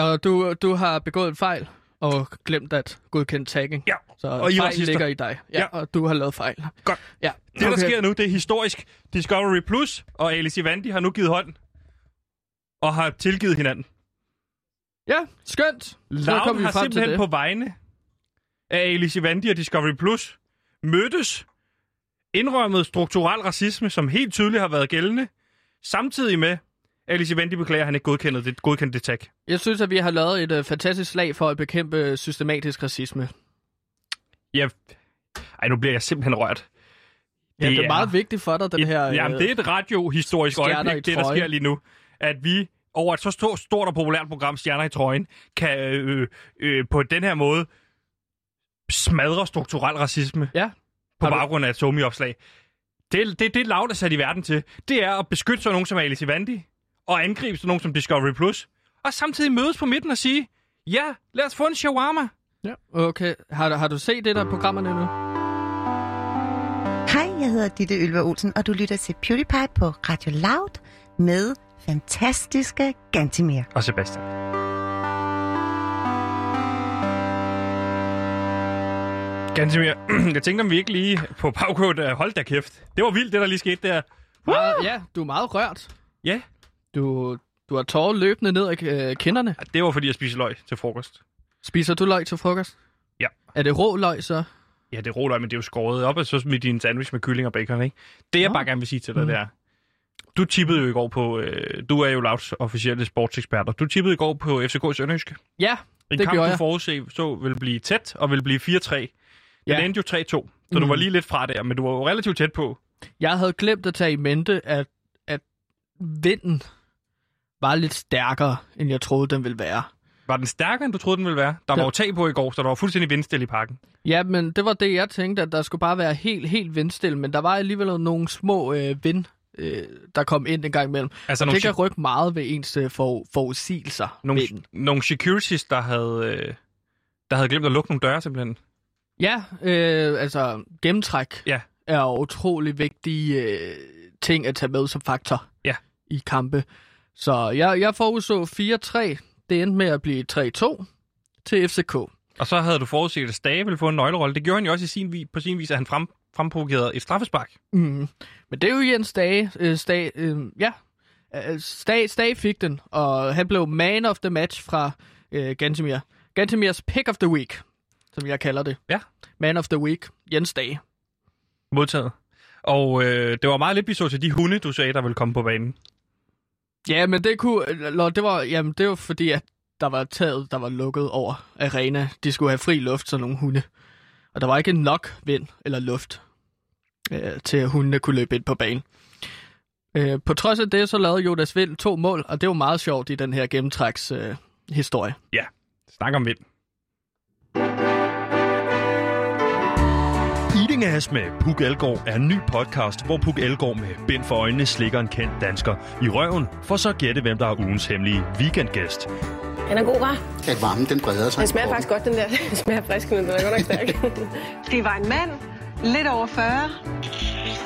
S3: Og du, du har begået en fejl, og glemt at godkende tagging.
S1: Ja,
S3: Så
S1: og
S3: og
S1: I var
S3: fejl
S1: sidster.
S3: ligger i dig. Ja,
S1: Ja.
S3: ja, og du har lavet fejl.
S1: Godt.
S3: Ja.
S1: Det, der sker nu, det er historisk. Discovery Plus og Alice Ivandi har nu givet hånd og har tilgivet hinanden.
S3: Ja, skønt. Så
S1: Loud
S3: kommer vi
S1: har
S3: frem til
S1: simpelthen
S3: det.
S1: på vegne af Alice Ivandi og Discovery Plus mødtes, indrømmet strukturel racisme, som helt tydeligt har været gældende, samtidig med, Alice Ivandi beklager, at han ikke godkendte det, godkendte det tag.
S3: Jeg synes, at vi har lavet et øh, fantastisk slag for at bekæmpe øh, systematisk racisme.
S1: Ja. Ej, nu bliver jeg simpelthen rørt.
S3: Ja, det er
S1: er-
S3: meget vigtigt for dig, den her...
S1: Et, jamen,
S3: øh,
S1: det er et radiohistorisk
S3: Stjerner i
S1: øjeblik, det der
S3: trøjen.
S1: sker lige nu. At vi over et så stort, stort og populært program, Stjerner i trøjen, kan øh, øh, på den her måde smadre strukturel racisme
S3: Ja.
S1: på
S3: Har du-
S1: baggrund af et Somi-opslag. Det, er- det, det Laud er sat i verden til, det er at beskytte sådan nogen som Alice Ivandi, og angribe sådan nogen som Discovery+, Plus, og samtidig mødes på midten og sige, ja, lad os få en shawarma.
S3: Ja, okay. Har, du- har du set det der programmerne nu?
S5: Hej, jeg hedder Ditte Ylva Olsen, og du lytter til PewDiePie på Radio Loud med fantastiske Gantimir.
S1: Og Sebastian. Ganske mere. [clears throat] Jeg tænkte, om vi ikke lige på baggrund af... Hold da kæft. Det var vildt, det der lige skete der.
S3: Meget, ja, du er meget rørt.
S1: Ja,
S3: Du, du har tårer løbende ned ad øh, kinderne.
S1: det var fordi, jeg spiste løg til frokost.
S3: Spiser du løg til frokost?
S1: Ja.
S3: Er det rå løg så?
S1: Ja, det er råløg, men det er jo skåret op, og så smidt i en sandwich med kylling og bacon, ikke? Det, jeg
S3: Nå.
S1: bare gerne vil sige til dig, det er... Du tippede jo i går på... Øh, du er jo Lauts officielle sportseksperter. Du tippede i går på FCK Sønderjyske.
S3: Ja,
S1: En
S3: Det
S1: kamp,
S3: gjorde
S1: du
S3: jeg.
S1: forudse så ville blive tæt og ville blive 4-3. Den
S3: Ja.
S1: endte jo 3-2, så du
S3: Mm.
S1: var lige lidt fra der, men du var jo relativt tæt på.
S3: jeg havde glemt at tage i mente, at, at vinden var lidt stærkere, end jeg troede, den ville være.
S1: Var den stærkere, end du troede, den ville være? Der
S3: Ja.
S1: var jo tag på i går, så der var fuldstændig vindstille i parken.
S3: Ja, men det var det, jeg tænkte, at der skulle bare være helt, helt vindstille, men der var alligevel nogle små øh, vind, øh, der kom ind en gang imellem.
S1: Altså nogle,
S3: Det kan rykke meget ved ens øh, for, forudsigelser.
S1: nogle,
S3: vinden.
S1: nogle securities, der havde, øh, der havde glemt at lukke nogle døre simpelthen.
S3: Ja, øh, altså gennemtræk
S1: Ja.
S3: er jo utrolig vigtige øh, ting at tage med som faktor
S1: Ja.
S3: i kampe. Så jeg, jeg forudså 4-3. Det endte med at blive 3-2 til FCK.
S1: Og så havde du forudset, at Stage ville få en nøglerolle. Det gjorde han jo også i sin, vi- på sin vis, at han frem, fremprovokerede et straffespark.
S3: Mm. Men det er jo Jens Dage. Øh, Stage, øh, ja. Øh, Stage, Stage fik den, og han blev man of the match fra øh, Gantemir. Gantemirs pick of the week, som jeg kalder det.
S1: Ja.
S3: Man of the week, Jens Dage.
S1: Modtaget. Og øh, det var meget lidt, vi så til de hunde, du sagde, der ville komme på banen.
S3: Ja, men det kunne... Eller, det var, jamen, det var fordi, at der var taget, der var lukket over arena. De skulle have fri luft, så nogle hunde. Og der var ikke nok vind eller luft øh, til, at hundene kunne løbe ind på banen. Øh, på trods af det, så lavede Jonas Vind to mål, og det var meget sjovt i den her gennemtræks øh, historie.
S1: Snak om vind.
S4: Eating Ass med Puk Elgård er en ny podcast, hvor Puk Elgård med bind for øjnene slikker en kendt dansker i røven, for så at gætte, hvem der er ugens hemmelige weekendgæst.
S6: Den er god, hva'?
S7: at varmen den breder sig.
S6: Den smager faktisk godt, den der. [laughs] Den smager frisk, men den er godt nok stærk.
S8: Det var en mand, lidt over 40,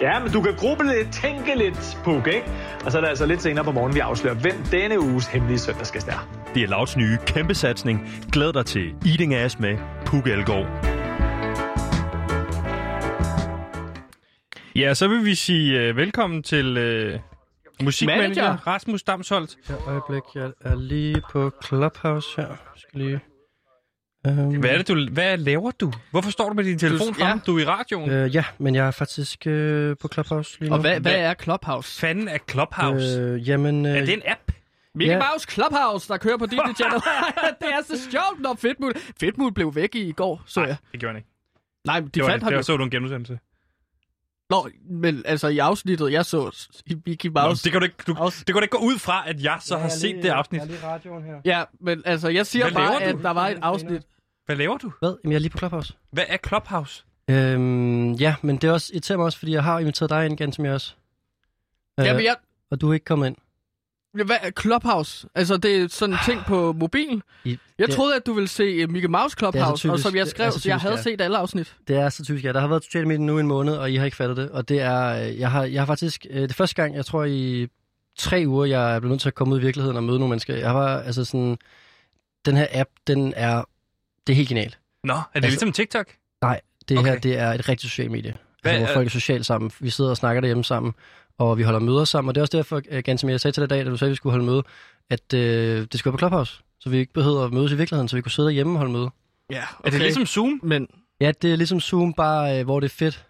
S9: Ja, men du kan gruble lidt, tænke lidt, Puk, ikke? Og så er det altså lidt senere på morgenen, vi afslører, hvem denne uges hemmelige søndagsgæst er.
S4: Det er Lauts nye kæmpe satsning. Glæd dig til Eating Ass med Puk Elgård.
S1: Ja, så vil vi sige øh, velkommen til øh, musikmanager
S3: Manager.
S1: Rasmus Damsholdt.
S2: Ja, øjeblik, jeg er lige på Clubhouse her. Jeg skal lige... Um,
S1: Hvad, er det, du, hvad laver du? Hvorfor står du med din telefon frem?
S3: ja.
S1: Du er i radioen.
S2: Øh, ja, men jeg er faktisk øh, på Clubhouse lige nu.
S3: Og hvad, hvad
S1: Hvad-
S3: er Clubhouse?
S1: fanden er Clubhouse? Øh,
S2: Øh, jamen, øh,
S1: er det en app?
S3: Mickey
S2: ja.
S3: Mouse Clubhouse, der
S1: [laughs]
S3: kører på dit channel. [laughs] det er så sjovt, når Fedtmul... Fedtmul blev væk i går, så jeg.
S1: Det gjorde han ikke.
S3: Nej, men de
S1: Det var,
S3: fandt
S1: det,
S3: ham
S1: der
S3: jo.
S1: så du en genudsendelse.
S3: Nå, men altså i afsnittet, jeg så i Mickey
S1: Nå,
S3: Mouse.
S1: det, kan du ikke, du,
S3: Aus.
S1: det kan du ikke gå ud fra, at jeg så
S2: jeg
S1: har
S2: er
S1: set
S2: lige-
S1: det afsnit.
S2: Jeg er lige i radioen her.
S3: Ja, men altså, jeg siger
S1: Hvad
S3: bare,
S1: laver
S3: at
S1: du?
S3: der var et afsnit.
S1: Hvad laver du?
S2: Hvad? Jamen, jeg er lige på Clubhouse.
S1: Hvad er Clubhouse?
S2: Øhm, ja, men det er også, irriterer mig også, fordi jeg har inviteret dig ind, Gantemir, også. Øh,
S3: Jamen, jeg,
S2: Og du er ikke kommet ind.
S3: hvad er Clubhouse? Altså, det er sådan en ting på mobil.
S2: I,
S3: Jeg
S2: det,
S3: troede, at du ville se øh, Mickey Mouse Clubhouse, og
S2: typisk-
S3: som jeg
S2: det er
S3: skrev,
S2: så
S3: så jeg
S2: typisk,
S3: havde
S2: ja.
S3: set alle afsnit.
S2: Det er så typisk, ja. Der har været sociale medier nu i en måned, og I har ikke fattet det. Og det er, øh, jeg har, jeg har faktisk, øh, det er første gang, jeg tror i tre uger, jeg er blevet nødt til at komme ud i virkeligheden og møde nogle mennesker. Jeg var, altså sådan, den her app, den er Det er helt genialt.
S1: Nå, er det
S2: Altså-
S1: ligesom TikTok?
S2: Nej, det okay.
S1: Okay.
S2: her det er et rigtigt socialt medie,
S1: Hvad
S2: altså, hvor
S1: er-
S2: folk er socialt sammen. Vi sidder og snakker derhjemme sammen, og vi holder møder sammen. Og det er også derfor, øh, ganske som jeg sagde til dig i dag, da du sagde, at vi skulle holde møde, at øh, det skulle være på Clubhouse, så vi ikke behøver at mødes i virkeligheden, så vi kunne sidde derhjemme og holde møde.
S3: Ja, okay.
S1: Er det ligesom Zoom?
S3: Men
S2: Ja, det er ligesom Zoom, bare øh, hvor det er fedt.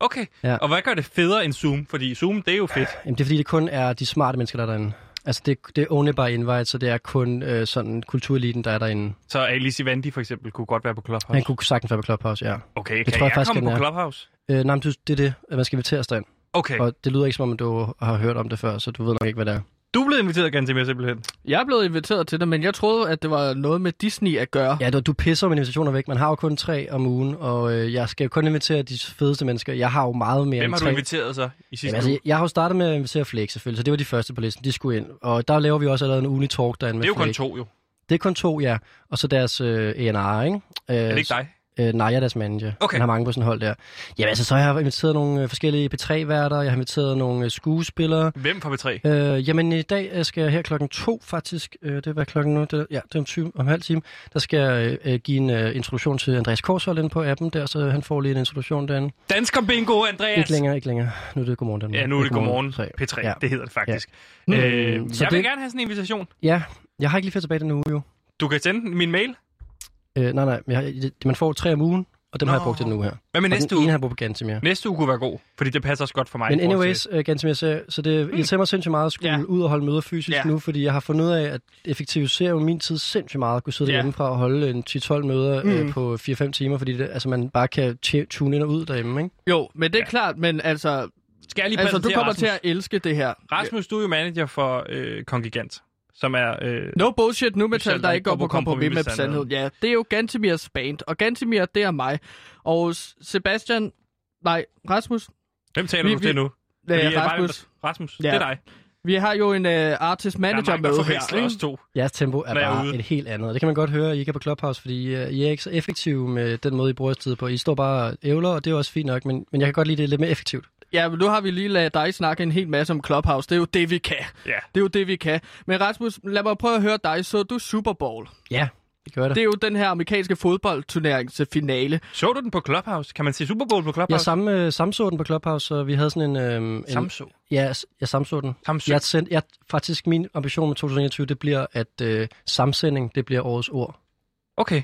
S1: Okay.
S2: Ja.
S1: Ja. Og hvad gør det federe end Zoom? Fordi Zoom, det er jo fedt.
S2: Jamen, det er fordi, det kun er de smarte mennesker, der er derinde. Altså, det, det er only by invite, så det er kun øh, sådan kultureliten, der er derinde.
S1: Så Alice Vandi for eksempel kunne godt være på Clubhouse.
S2: Man kunne sagtens være på Clubhouse, ja.
S1: Okay,
S2: Det
S1: kan
S2: tror jeg
S1: jeg,
S2: faktisk,
S1: komme
S2: den
S1: på
S2: er.
S1: Clubhouse?
S2: Øh, nej, men det det er det, at man skal inviteres derind.
S1: Okay.
S2: Og det lyder ikke som om, du har hørt om det før, så du ved nok ikke, hvad det er.
S1: Du blev inviteret, Gantemir, simpelthen.
S3: jeg er blevet inviteret til det, men jeg troede, at det var noget med Disney at gøre.
S2: Ja, du, du pisser mine invitationer væk. Man har jo kun tre om ugen, og øh, jeg skal jo kun invitere de fedeste mennesker. Jeg har jo meget mere
S1: Hvem har
S2: end
S1: du
S2: tre.
S1: inviteret så i sidste
S2: Jamen,
S1: altså,
S2: altså,
S1: uge?
S2: jeg, jeg har jo startet med at invitere Flake selvfølgelig, så det var de første på listen. De skulle ind, og der laver vi også allerede en ugenlig talk derinde med
S1: Det er jo kun
S2: Flake.
S1: to, jo.
S2: Det er kun to, ja. Og så deres øh, ENR, ikke? Øh,
S1: Er det ikke dig?
S2: Øh, nej, jeg er deres manager.
S1: Okay.
S2: Han har mange på sådan hold der. Jamen altså, så har jeg inviteret nogle øh, forskellige P3-værter, jeg har inviteret nogle øh, skuespillere.
S1: Hvem fra B3?
S2: Øh, jamen i dag øh, skal jeg her klokken to faktisk, øh, det var klokken nu, det, er- ja, det er om, 20, om en halv time, der skal jeg øh, øh, give en øh, introduktion til Andreas Korsvold inde på appen der, så han får lige en introduktion derinde.
S1: Dansker Bingo, Andreas!
S2: Ikke længere, ikke længere. Nu er det godmorgen Danmark.
S1: Ja, nu er det godmorgen
S2: Tre.
S1: P3.
S2: Ja.
S1: Det hedder det faktisk.
S2: Ja.
S1: Ja. Øh,
S2: Mm,
S1: jeg
S2: så
S1: vil
S2: det-
S1: gerne have sådan en invitation.
S2: ja, jeg har ikke lige fået tilbage den uge jo.
S1: Du kan sende min mail.
S2: Øh, nej, nej, jeg har, det- man får tre om ugen, og dem Nå. har jeg
S1: Nå.
S2: brugt i den uge her.
S1: Hvad med
S2: og
S1: næste
S2: den ene
S1: uge?
S2: har jeg brugt på Gantemir.
S1: Næste uge kunne være god, fordi det passer også godt for mig.
S2: Men
S1: i forhold til-
S2: anyways, øh, Gantemir, så, så det irriterer mig sindssygt meget at skulle
S3: Mm. Ja.
S2: ud og holde møder fysisk
S3: Ja.
S2: nu, fordi jeg har fundet ud af at effektivisere jo min tid sindssygt meget at kunne sidde
S3: Ja. Mm.
S2: derhjemme fra og holde en 10-12 møder øh, på 4-5 timer, fordi det, altså, man bare kan t- tune ind og ud derhjemme, ikke?
S3: Jo, men det er ja. klart, men altså,
S1: Skal jeg lige
S3: altså du
S1: præsentere
S3: kommer
S1: Rasmus?
S3: til at elske det her.
S1: Rasmus, du er jo manager for øh, Kongigant, som er... Øh,
S3: No bullshit, nu
S1: Michel,
S3: metal, der ikke går på kompromis med sandheden. Ja, det er jo Gantemirs band, og Gantemir, det er mig. Og S- Sebastian, nej, Rasmus,
S1: Hvem taler
S3: Vi-
S1: du
S3: vi-
S1: til nu?
S3: øh,
S1: Fordi jeg bare-
S3: Rasmus.
S1: Rasmus,
S3: Ja.
S1: det er dig.
S3: Vi har jo en øh, artist
S1: Der
S3: manager
S1: er mange, der
S3: med
S1: forveksler
S3: her,
S1: os
S3: ikke?
S1: to.
S2: Jeres tempo er
S1: Når jeg er
S2: bare
S1: ude.
S2: et helt andet. og Det kan man godt høre, at I ikke er på Clubhouse, fordi øh, I er ikke så effektive med den måde, I bruger jeres tid på. I står bare og ævler, og det er også fint nok, men, men jeg kan godt lide det lidt mere effektivt.
S3: Ja, men nu har vi lige lavet dig snakke en hel masse om Clubhouse. Det er jo det, vi kan.
S1: Ja.
S3: Det er jo det, vi kan. Men Rasmus, lad mig prøve at høre dig. Så du Super Bowl.
S2: Ja, det gør det.
S3: Det er jo den her amerikanske fodboldturnering til finale.
S1: Så du den på Clubhouse? Kan man se Super Bowl på
S2: Jeg
S1: Clubhouse?
S2: samme, øh, samså den på Clubhouse, så vi havde sådan en... Øh, en
S1: Samsø.
S2: ja, s- jeg samså den.
S1: Samsø.
S2: Jeg send, jeg, faktisk min ambition med 2021, det bliver, at øh, samsending, det bliver årets ord.
S1: Okay.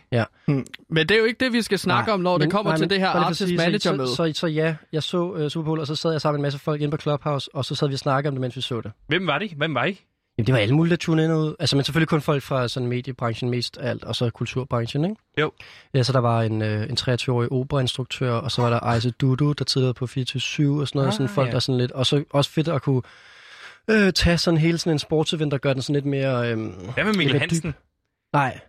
S3: Men det er jo ikke det, vi skal snakke om, når det kommer til
S2: men
S3: det her
S2: bare lige for at
S3: artist
S2: sige, så-
S3: manager med.
S2: Så, så, så ja, jeg så øh, Super Bowl, og så sad jeg sammen med en masse folk inde på Clubhouse, og så sad vi og snakkede om det, mens vi så det.
S1: Hvem var det? Hvem var I?
S2: Jamen, det var alle mulige, der tunede ind og ud. Altså, men selvfølgelig kun folk fra sådan mediebranchen mest af alt, og så kulturbranchen, ikke?
S1: Jo.
S2: Ja, så der var en, øh, en 23-årig operainstruktør, og så var der Ejse Dudu, der tidligere på 24 og sådan noget, ah,
S1: Ah,
S2: sådan folk,
S1: ja.
S2: der sådan lidt... Og så også fedt at kunne øh, tage sådan hele sådan en sportsevent, der gør den sådan lidt mere...
S1: Hvad
S2: Øh,
S1: med Mikkel
S2: lidt dyb.
S1: Hansen?
S2: Nej,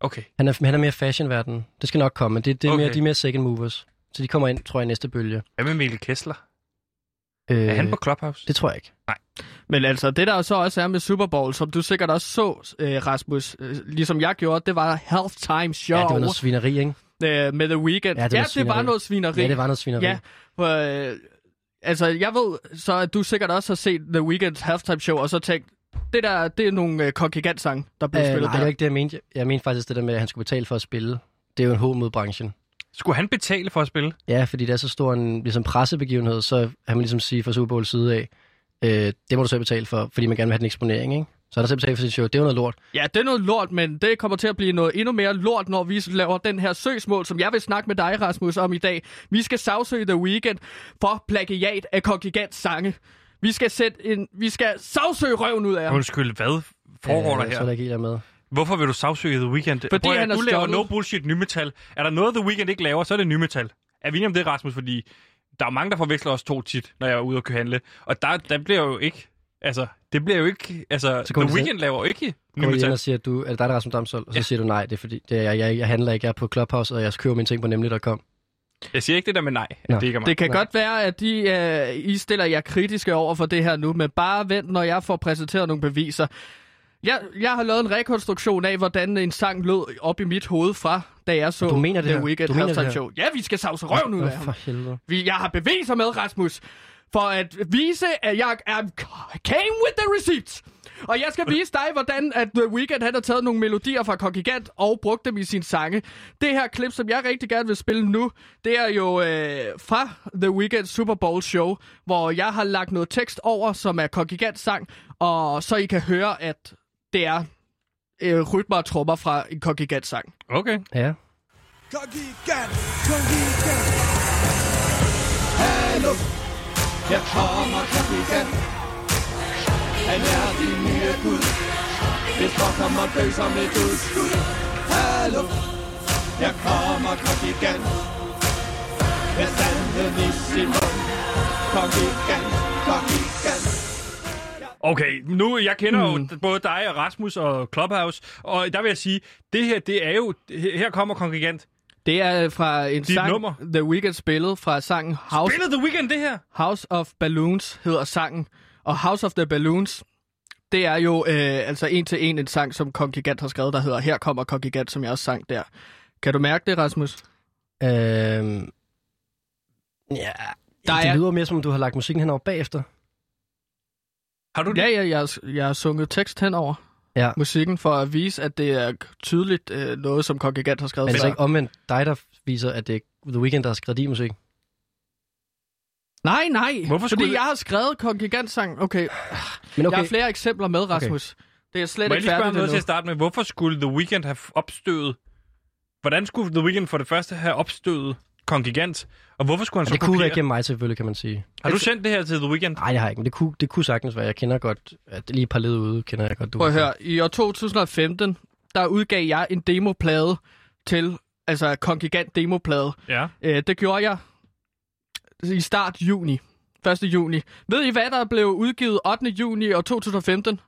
S1: Okay.
S2: han er, han er mere fashion-verden. Det skal nok komme, men det, det er okay. mere,
S1: Okay.
S2: de er mere second movers. Så de kommer ind, tror jeg, i næste bølge.
S1: Hvad med Mikkel Kessler?
S2: Øh,
S1: Er han på Clubhouse?
S2: Det tror jeg ikke.
S3: Men altså, det der jo så også er med Super Bowl, som du sikkert også så, øh, Rasmus, øh, ligesom jeg gjorde, det var halftime show
S2: Ja, det var noget svineri, ikke?
S3: øh, med The Weeknd.
S2: Ja, det var
S3: det var
S2: svineri.
S3: noget svineri.
S2: Ja, det var noget svineri.
S3: Ja, for, øh, altså, jeg ved så, at du sikkert også har set The Weeknd's halftime show, og så tænkt, det der, det er nogle øh, kongigant-sang, der blev
S2: Øh, nej,
S3: spillet
S2: det var
S3: der.
S2: ikke det, jeg mente. Jeg mente faktisk det der med, at han skulle betale for at spille. Det er jo en håb mod branchen.
S1: Skulle han betale for at spille?
S2: Ja, fordi det er så stor en ligesom, pressebegivenhed, så har man ligesom sige fra Super Bowl side af, øh, det må du selv betale for, fordi man gerne vil have den eksponering, ikke? Så har han selv betalt for sit show. Det er jo noget lort.
S3: Ja, det er noget lort, men det kommer til at blive noget endnu mere lort, når vi laver den her søgsmål, som jeg vil snakke med dig, Rasmus, om i dag. Vi skal sagsøge The Weeknd for plagiat af kongigant sange. Vi skal, sætte en, vi skal sagsøge røven ud af ham.
S1: Undskyld, hvad foregår der
S2: Øh, Så er
S1: her?
S2: der ikke helt er med.
S1: Hvorfor vil du sagsøge The Weeknd?
S3: Fordi
S1: at
S3: han har
S1: du laver
S3: stjålet-
S1: no bullshit nymetal. Er der noget, The Weeknd ikke laver, så er det nymetal. Er vi enige om det, Rasmus? Fordi der er jo mange, der forveksler os to tit, når jeg er ude og køre handle. Og der, der bliver jo ikke... Altså, det bliver jo ikke... Altså,
S2: Så kommer
S1: The
S2: de til-
S1: Weeknd laver jo ikke
S2: Går de ind og
S1: nymetal.
S2: siger, at du, er det dig, der er Rasmus Damshold? Og så ja.
S1: Ja.
S2: siger du nej, det er fordi, det er, jeg, jeg, jeg handler ikke, jeg er på Clubhouse, og jeg køber mine ting på nemlig.com.
S1: Jeg siger ikke det der med nej, at
S2: Nå.
S1: det ikke er mig.
S3: Det kan
S2: Nej.
S3: godt være, at de, øh, I stiller jer kritiske over for det her nu, men bare vent, når jeg får præsenteret nogle beviser. Jeg, jeg har lavet en rekonstruktion af, hvordan en sang lød op i mit hoved fra, da jeg så
S2: Du mener det
S3: The
S2: her?
S3: Weeknd
S2: Du mener det
S3: Halftime
S2: her?
S3: Show. Ja, vi skal savse røven ud
S2: Åh,
S3: af ham.
S2: for helvede.
S3: Vi- Jeg har beviser med, Rasmus, for at vise, at jeg er came with the receipts. Og jeg skal vise dig, hvordan at The Weeknd han har taget nogle melodier fra Kongigant og brugt dem i sin sange. Det her klip, som jeg rigtig gerne vil spille nu, det er jo øh, fra The Weeknd Super Bowl Show, hvor jeg har lagt noget tekst over, som er Kongigants sang, og så I kan høre, at det er øh, rytmer og trommer fra en Kongigants sang.
S1: Okay.
S2: Ja.
S7: Kongigant, kongigant. Hallo, jeg kommer kongigant. Han er din nye gud. Hvis Pokémon bøg som et udskud. Hallo, jeg kommer kongigant. Med sanden i sin mund. Kongigant, kongigant.
S1: Okay, nu, jeg kender mm.
S2: Hmm.
S1: jo både dig og Rasmus og Clubhouse, og der vil jeg sige, det her, det er jo, her kommer Kongregant.
S3: Det er fra en
S1: Dit
S3: sang,
S1: nummer.
S3: The Weeknd spillede fra sangen House
S1: Spiller The Weeknd det her?
S3: House of Balloons hedder sangen, og House of the Balloons, det er jo øh, altså en til en en sang, som Kong Gigant har skrevet, der hedder Her kommer Kong Gigant, som jeg også sang der. Kan du mærke det, Rasmus?
S2: Øhm, ja. Der
S3: Der
S2: det
S3: er-
S2: er... lyder mere som, om du har lagt musikken henover bagefter.
S1: Har du det?
S3: Ja, ja, jeg, har- jeg har sunget tekst henover
S2: Ja.
S3: musikken for at vise, at det er tydeligt øh, noget, som Kong Gigant har skrevet.
S2: Men så
S3: før.
S2: ikke omvendt dig, der viser, at det er The Weeknd, der har skrevet din musik.
S3: Nej, nej,
S1: Hvorfor
S3: fordi
S1: skulle-
S3: jeg har skrevet Kong Gigant sang. Okay.
S2: Men
S3: okay, jeg
S2: okay,
S3: har flere eksempler med, Rasmus. Okay. Det er slet
S1: Må jeg
S3: ikke
S1: lige spørge om
S3: færdigt
S1: noget til
S3: endnu.
S1: at starte med? Hvorfor skulle The Weeknd have opstødet? Hvordan skulle The Weeknd for det første have opstødet Kongregant? Og hvorfor skulle han
S2: Og
S1: så
S2: det kunne være
S1: kopiere?
S2: gennem mig selvfølgelig, kan man sige.
S1: Har du sendt det her til The Weeknd?
S2: Nej, det har jeg ikke, men det kunne, det kunne sagtens være. Jeg kender godt, at lige et par led ude kender jeg godt. Du
S3: Prøv at høre, i år 2015, der udgav jeg en demoplade til, altså Kongigant demoplade.
S1: Ja.
S3: Øh, det gjorde jeg i start juni. 1. juni. Ved I, hvad der blev udgivet 8. juni år 2015?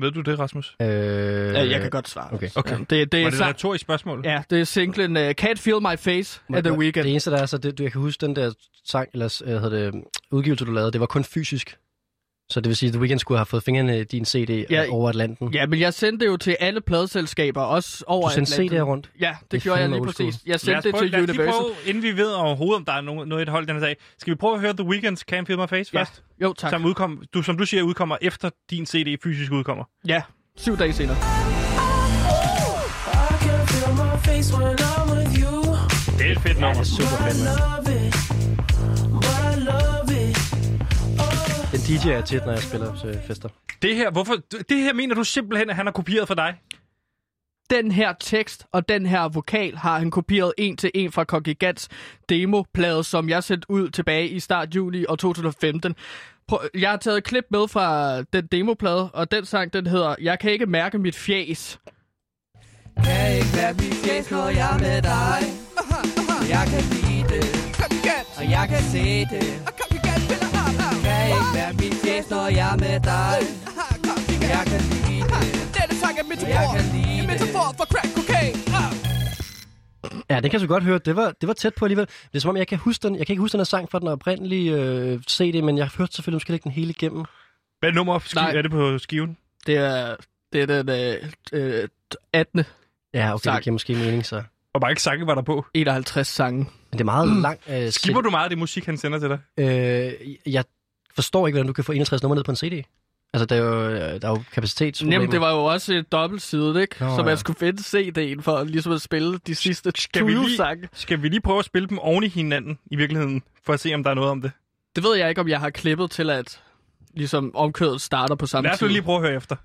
S1: Ved du det, Rasmus?
S2: Øh,
S3: Ja, jeg kan godt svare.
S2: Okay.
S1: Okay.
S3: Ja, det, det,
S1: Var
S3: er
S1: det et
S3: sang,
S1: retorisk spørgsmål?
S3: ja, det er singlen uh, Can't Feel My Face af The Weeknd.
S2: Det eneste, der er, så det, du- jeg kan huske den der sang, eller øh, hedder det, udgivelse, du lavede, det var kun fysisk. Så det vil sige, at The Weeknd skulle have fået fingrene i din CD
S3: Ja,
S2: ja, over Atlanten.
S3: Ja, men jeg sendte det jo til alle pladeselskaber, også over
S2: du sendte CD'er rundt.
S3: Ja, det,
S2: Det er
S3: det gjorde jeg
S2: fandme
S3: lige
S2: old school.
S3: præcis. Jeg
S1: Lad os
S3: sendte det
S1: prøve-
S3: til
S1: lad os lige
S3: Universal.
S1: prøve, inden vi ved overhovedet, om der er nogen, noget i et hold den her dag. Skal vi prøve at høre The Weeknd's Can't Feel My Face
S3: Ja,
S1: først?
S3: Jo, tak.
S1: Som, udkom, du, som du siger, udkommer efter din CD fysisk udkommer.
S3: Ja, syv dage senere.
S1: Det er et fedt nummer.
S2: Den DJ er tit, når jeg spiller til fester.
S1: Det her, hvorfor, det her mener du simpelthen, at han har kopieret fra dig?
S3: den her tekst og den her vokal har han kopieret en til en fra Kongigants demoplade, som jeg sendte ud tilbage i start juli år 2015. Prøv- Jeg har taget et klip med fra den demoplade, og den sang, den hedder Jeg kan ikke mærke mit fjæs.
S7: Kan ikke være mit fjæs, når jeg er med dig. Jeg kan lide det, og jeg kan se det. Kan ikke være mit fjæs, når jeg er med dig. Jeg kan lide det,
S10: Denne sang er
S7: og jeg
S10: metafor.
S7: kan lide
S10: En
S7: det.
S10: metafor for crack cocaine. Ah.
S2: Ja, det kan du godt høre. Det var, det var tæt på alligevel. Det er som om, jeg kan huske den, jeg kan ikke huske den her sang fra den oprindelige øh, CD, men jeg har hørt selvfølgelig, at skal lægge den hele igennem.
S1: Hvad nummer ski-
S3: Nej.
S1: er det på skiven?
S3: Det er, det er den øh, øh, 18.
S2: Ja, okay,
S3: Tak.
S2: det giver måske mening så.
S1: Hvor mange sange var der på?
S3: 51 sange.
S2: Men det er meget langt.
S3: [clears throat]
S2: Øh,
S1: Skipper du meget af det musik, han sender til dig?
S2: Øh, jeg forstår ikke, hvordan du kan få 61 numre ned på en CD. Altså, der er jo, der er jo kapacitetsproblemer.
S3: Jamen, det var jo også et dobbeltside, ikke?
S2: Nå,
S3: Nå, så man
S2: ja.
S3: ja. skulle finde CD'en for ligesom at spille de sidste
S1: Skal vi,
S3: 20 sange.
S1: lige, skal vi lige prøve at spille dem oven i hinanden i virkeligheden, for at se, om der er noget om det?
S3: Det ved jeg ikke, om jeg har klippet til, at ligesom omkødet starter på samme
S1: Lad os nu
S3: tid.
S1: lige prøve at høre efter.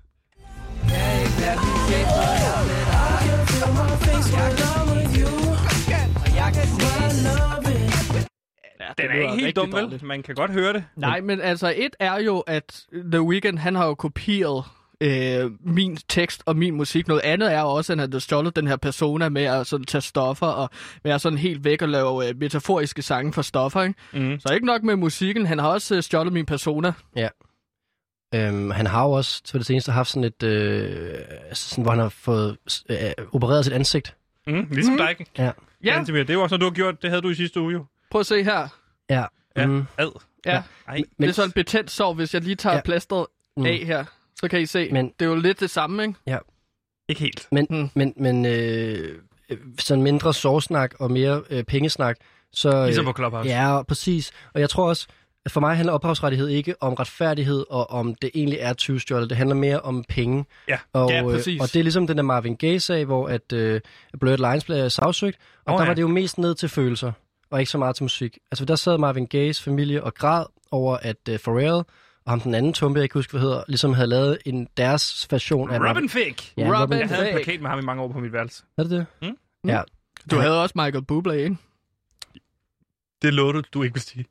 S3: Ja,
S1: Den er
S3: lyder
S1: ikke helt
S3: rigtig
S1: dum,
S3: dårligt.
S1: vel? Man kan godt høre det.
S3: Nej, men altså, et er jo, at The Weeknd, han har jo kopieret øh, min tekst og min musik. Noget andet er jo også, at han har stjålet den her persona med at sådan tage stoffer og være sådan helt væk og lave øh, metaforiske sange for stoffer, ikke?
S1: Mm.
S3: Så ikke nok med musikken, han har også øh, stjålet min persona.
S2: Øhm, han har jo også til det seneste haft sådan et, øh, altså sådan, hvor han har fået øh, opereret sit ansigt.
S1: Mm. Ligesom mm. dig.
S2: Ja.
S3: Ja.
S1: Antimir. Det var også noget, du har gjort. Det havde du i sidste uge jo.
S3: Prøv at se her.
S2: Ja.
S1: Ja.
S2: Mm.
S1: Ad.
S3: Ja,
S1: Ej.
S3: det er
S2: Men,
S3: sådan et betændt sår, hvis jeg lige tager
S2: Ja.
S3: ja. plasteret
S2: Mm.
S3: af her. Så kan I se,
S2: Men-
S3: men... det er jo lidt det samme, ikke?
S1: Ikke helt.
S2: men,
S3: Mm.
S2: men, men øh, øh, sådan mindre sovsnak og mere øh, pengesnak, så... Øh,
S1: Ligesom på Clubhouse.
S2: Ja, og præcis. Og jeg tror også, at for mig handler ophavsrettighed ikke om retfærdighed og om det egentlig er 20 stjålet. Det handler mere om penge.
S1: Ja.
S2: og,
S3: Ja,
S2: øh,
S3: præcis.
S2: og det er ligesom den der Marvin Gaye-sag, hvor at, øh, Blurred Lines blev sagsøgt, og
S1: Nå
S2: oh, der
S1: ja.
S2: ja. var det jo mest ned til følelser, og ikke så meget til musik. Altså der sad Marvin Gayes familie og græd over, at øh, Pharrell og ham den anden tumpe, jeg ikke husker, hvad hedder, ligesom havde lavet en deres version af
S1: Robin Fick!
S2: Ja, Robin,
S3: Robin
S2: Robin
S1: Jeg havde en
S3: Fick.
S1: plakat med ham i mange år på mit værelse.
S2: Er det det?
S1: Mm.
S2: Ja.
S3: Du havde også Michael Bublé, ikke?
S1: Det lovede du, du ikke vil sige.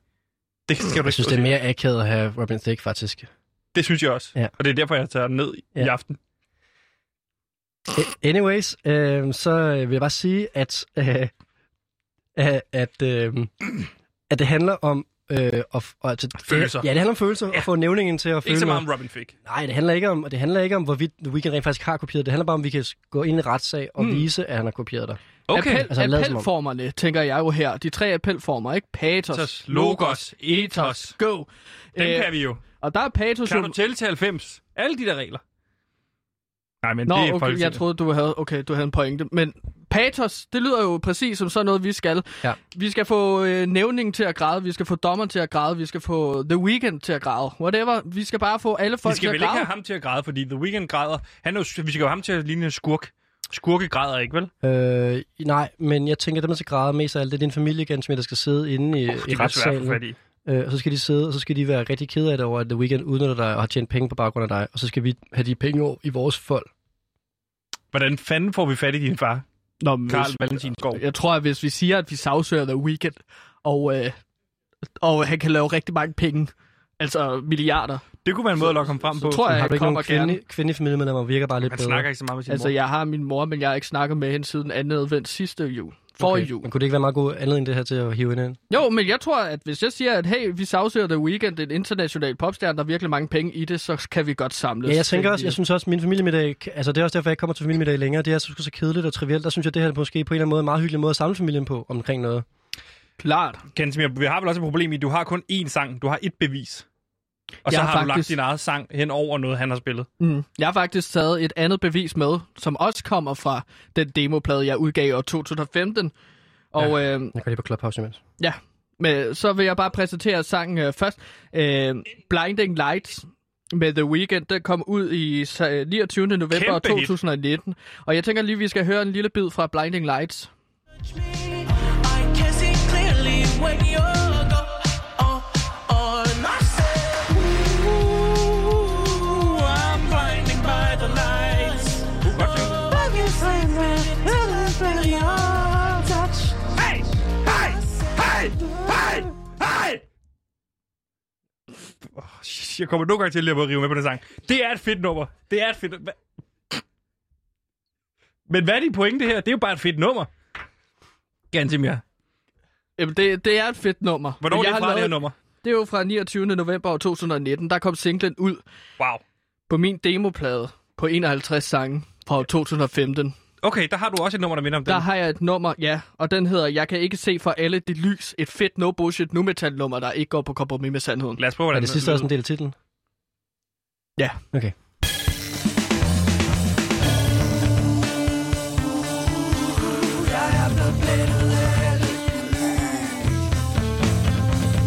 S1: Det skal du
S2: Jeg synes,
S1: stå
S2: det er
S1: og sige.
S2: mere akavet at have Robin Thicke, faktisk.
S1: det synes jeg også.
S2: Ja.
S1: Og det er derfor, jeg tager den ned i
S2: Ja.
S1: aften.
S2: A- Anyways, øh, så øh, vil jeg bare sige, at, øh, at, at, øh, at det handler om... Øh, og, og, altså,
S1: Følelser.
S2: Det, ja, det handler om følelser, ja.
S1: Ja.
S2: at få nævningen til at føle
S1: Ikke så
S2: noget.
S1: meget om Robin Fick.
S2: Nej, det handler ikke om, og det handler ikke om, hvorvidt The Weeknd rent faktisk har kopieret. Det handler bare om, at vi kan s- gå ind i en retssag og
S3: Mm.
S2: mm. vise, at han har kopieret dig.
S1: Okay.
S3: Appel,
S2: Altså,
S3: altså,
S2: han lader som om.
S3: appelformerne, tænker jeg jo her. De tre appelformer, ikke?
S2: Altså,
S3: Patos,
S1: Ethos, logos, ethos.
S3: go. Øh,
S1: Dem kan vi jo.
S3: Og der er patos
S1: Kan
S3: jo...
S1: du tælle til 90? Alle de der regler. Nej, men
S3: Nå,
S1: det er
S3: okay, jeg
S1: Folketinget.
S3: troede, du havde, okay, du havde en pointe. Men patos, det lyder jo præcis som sådan noget, vi skal.
S2: Ja.
S3: Vi skal få øh, nævningen til at græde, vi skal få dommeren til at græde, vi skal få The Weeknd til at græde. Whatever, vi skal bare få alle folk
S1: Vi skal
S3: til
S1: vel
S3: at
S1: ikke
S3: græde.
S1: have ham til at græde, fordi The Weeknd græder. Han er jo, vi skal jo have ham til at ligne en skurk. Skurke græder ikke, vel?
S2: Øh, nej, men jeg tænker, at dem, der skal græde mest af alt, det er din familie, Gansomir, der skal sidde inde i,
S1: Uh,
S2: i
S1: det er svært at få
S2: retssalen.
S1: fat i.
S2: Øh, og så skal de sidde, og så skal de være rigtig kede af det over, at The Weeknd udnytter dig og har tjent penge på baggrund af dig. Og så skal vi have de penge over i vores folk.
S1: Hvordan fanden får vi fat i din far,
S3: Nå, men
S1: Karl Valentinskov?
S3: Jeg tror, at hvis vi siger, at vi sagsøger The Weeknd, og, øh, og han kan lave rigtig mange penge, altså milliarder,
S1: Det kunne være en måde at lokke ham frem på.
S3: så tror
S2: Men
S3: jeg, at
S2: har
S3: han
S2: du ikke
S3: kommer
S2: nogen kvinde,
S3: gerne.
S2: kvindelige familiemedlemmer, virker bare lidt
S1: Han
S2: bedre?
S1: snakker ikke så meget med sin
S3: Altså,
S1: mor.
S3: jeg har min mor, men jeg har ikke snakket med hende siden anden advent sidste jul. For okay. jul.
S2: Men kunne det ikke være meget god anledning det her til at hive hende ind?
S3: Jo, men jeg tror, at hvis jeg siger, at hey, vi sagsøger The Weeknd, en international popstjerne, der er virkelig mange penge i det, så kan vi godt samles.
S2: Ja, jeg tænker også, jeg synes også, at min familiemiddag, altså det er også derfor, jeg ikke kommer til familiemiddag længere, det er så, så kedeligt og trivielt, der synes jeg, det her er måske på en eller anden måde en meget hyggelig måde at samle familien på omkring noget.
S3: Klart.
S1: Kensmir, vi har vel også et problem i, at du har kun én sang. Du har et bevis. Og så
S3: Jeg
S1: har
S3: har
S1: du lagt
S3: faktisk-
S1: din eget sang hen over noget, han har spillet.
S3: Mm. Jeg har faktisk taget et andet bevis med, som også kommer fra den demoplade, jeg udgav i år 2015. Og ja. øh,
S2: Jeg går lige på Clubhouse imens.
S3: ja, men så vil jeg bare præsentere sangen øh, først. Øh, Blinding Lights med The Weeknd, den kom ud i øh, 29. november
S1: Kæmpe hit.
S3: 2019. Og jeg tænker lige, vi skal høre en lille bid fra Blinding Lights.
S7: I can see clearly when you're gone. On myself, Ooh, I'm blinding by the lights.
S1: Hey! Hey! Hey! Hey! Hey! Jeg kommer nogle gange til lige at rive med på den sang. Det er et fedt nummer. Det er et fedt... Hva- Men hvad er din pointe her? Det er jo bare et fedt nummer. Gansimir.
S3: Jamen, det, det er et fedt nummer.
S1: Hvornår er
S3: Men
S1: det
S3: jeg
S1: fra,
S3: har
S1: det her
S3: lavet-
S1: nummer?
S3: Det er jo fra 29. november år 2019. Der kom singlen ud
S1: Wow.
S3: på min demoplade på 51 sange fra år 2015.
S1: Okay, der har du også et nummer, der minder om
S3: Der
S1: det.
S3: har jeg et nummer, ja, og den hedder Jeg kan ikke se for alle det lys. Et fedt no bullshit nu metal nummer, der ikke går på kompromis med sandheden.
S1: Lad os prøve,
S2: Er
S1: hvordan
S2: det sidste også en del af titlen?
S3: Ja.
S2: Okay.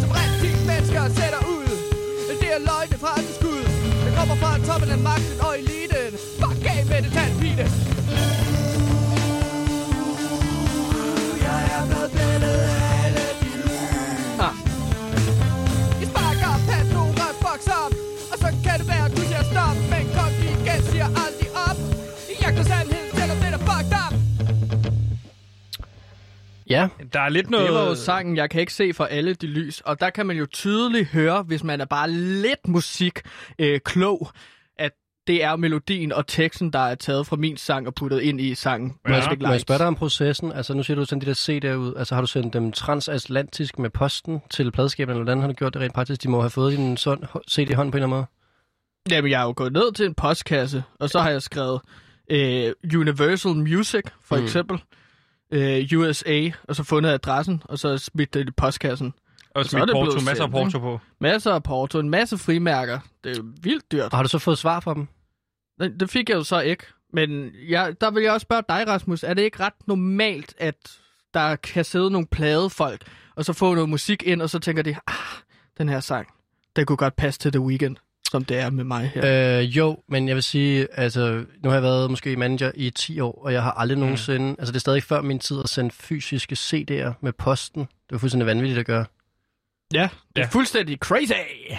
S7: Som rigtige mennesker sætter ud Det er løgne fra et skud Det kommer fra toppen af magten og eliten Fuck af med det, tag en pine Jeg er blevet blændet af alle de lys.
S3: Ah.
S7: I sparker Pandora Box op Og så kan det være, at du siger stop Men kom igen, siger aldrig op Jeg kan sandheden, selvom den er fucked up
S2: Ja,
S1: Der er lidt
S3: Det var
S2: Øh.
S1: noget...
S3: jo sangen, jeg kan ikke se for alle de lys, og der kan man jo tydeligt høre, hvis man er bare lidt musik øh, klog, at det er melodien og teksten, der er taget fra min sang og puttet ind i sangen.
S2: må jeg,
S3: Blinding
S2: må jeg
S3: Lights.
S2: spørge dig om processen? Altså nu siger du sådan de der CD'er ud. Altså har du sendt dem transatlantisk med posten til pladskaberne, eller hvordan har du gjort det rent praktisk? De må have fået din sådan CD i hånden på en eller anden måde.
S3: Jamen, jeg er jo gået ned til en postkasse, og så har jeg skrevet øh, Universal Music, for mm. eksempel, øh, USA, og så fundet adressen, og så smidt det i postkassen.
S1: Og
S3: så er
S1: smidt
S3: det
S1: Porto,
S3: blevet
S1: masser af
S3: sendt,
S1: Porto på.
S3: Masser af porto, en masse frimærker. Det er jo vildt dyrt.
S2: Og har du så fået svar fra dem?
S3: Det det fik jeg jo så ikke. Men jeg, der vil jeg også spørge dig, Rasmus, er det ikke ret normalt, at der kan sidde nogle pladefolk, og så få noget musik ind, og så tænker de, ah, den her sang. Det kunne godt passe til The Weeknd, som det er med mig her.
S2: Øh, jo, men jeg vil sige, altså, nu har jeg været måske manager i 10 år, og jeg har aldrig nogensinde, altså det er stadig før min tid at sende fysiske CD'er med posten. Det var fuldstændig vanvittigt at gøre.
S3: Ja, det
S1: Ja.
S3: er fuldstændig crazy.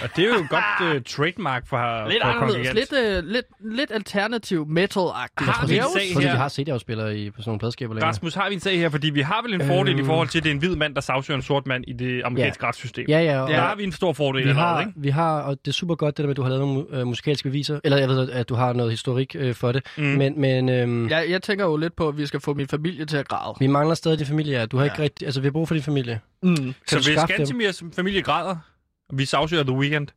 S1: Og det er
S3: [laughs]
S1: jo et godt uh, trademark for,
S3: Lidt
S1: for
S3: anderledes,
S1: Kongregant.
S3: lidt, øh, lidt, lidt alternativ metal-agtigt.
S1: Har
S2: Jeg tror,
S1: vi
S2: det,
S1: en
S2: jeg
S1: sag
S2: tror,
S1: her?
S2: de har CD-afspillere i, på sådan nogle pladskaber
S3: øh,
S2: længere.
S1: Rasmus, har vi en sag her? Fordi vi har vel en fordel
S2: Øhm.
S1: i forhold til, at det er en hvid mand, der sagsøger en sort mand i det amerikanske retssystem.
S2: Ja, ja, og
S1: Der har vi en stor fordel
S2: vi,
S1: allerede,
S2: har,
S1: ikke?
S2: vi har, og det er super godt, det der med, at du har lavet nogle øh, musikalske beviser, eller jeg ved, at du har noget historik øh, for det, mm. men, men øhm, ja.
S3: Jeg, jeg tænker jo lidt på, at vi skal få min familie til at græde.
S2: vi mangler stadig din familie, ja. Du har ja. ikke rigtig, altså vi har brug for din familie.
S3: Mm.
S1: Så
S2: du
S1: hvis
S2: skaffe dem?
S1: Gantimirs familie græder, og vi sagsøger The Weeknd,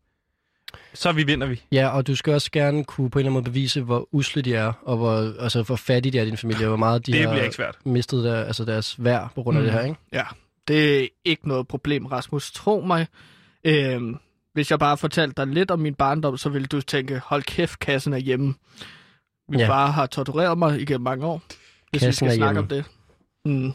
S1: så vi vinder vi.
S2: Ja, og du skal også gerne kunne på en eller anden måde bevise, hvor usle de er, og hvor, altså, hvor fattige de er, din familie, og hvor meget de
S1: Det
S2: har
S1: bliver ikke svært.
S2: mistet der, altså deres værd på grund af
S3: Mm.
S2: det her, ikke?
S3: Ja, det er ikke noget problem, Rasmus. Tro mig. Øhm, hvis jeg bare fortalte dig lidt om min barndom, så ville du tænke, hold kæft, kassen er hjemme. Min
S2: Ja.
S3: ja. far har tortureret mig igennem mange år, hvis
S2: Kassen
S3: vi skal
S2: er
S3: snakke om det. Mm.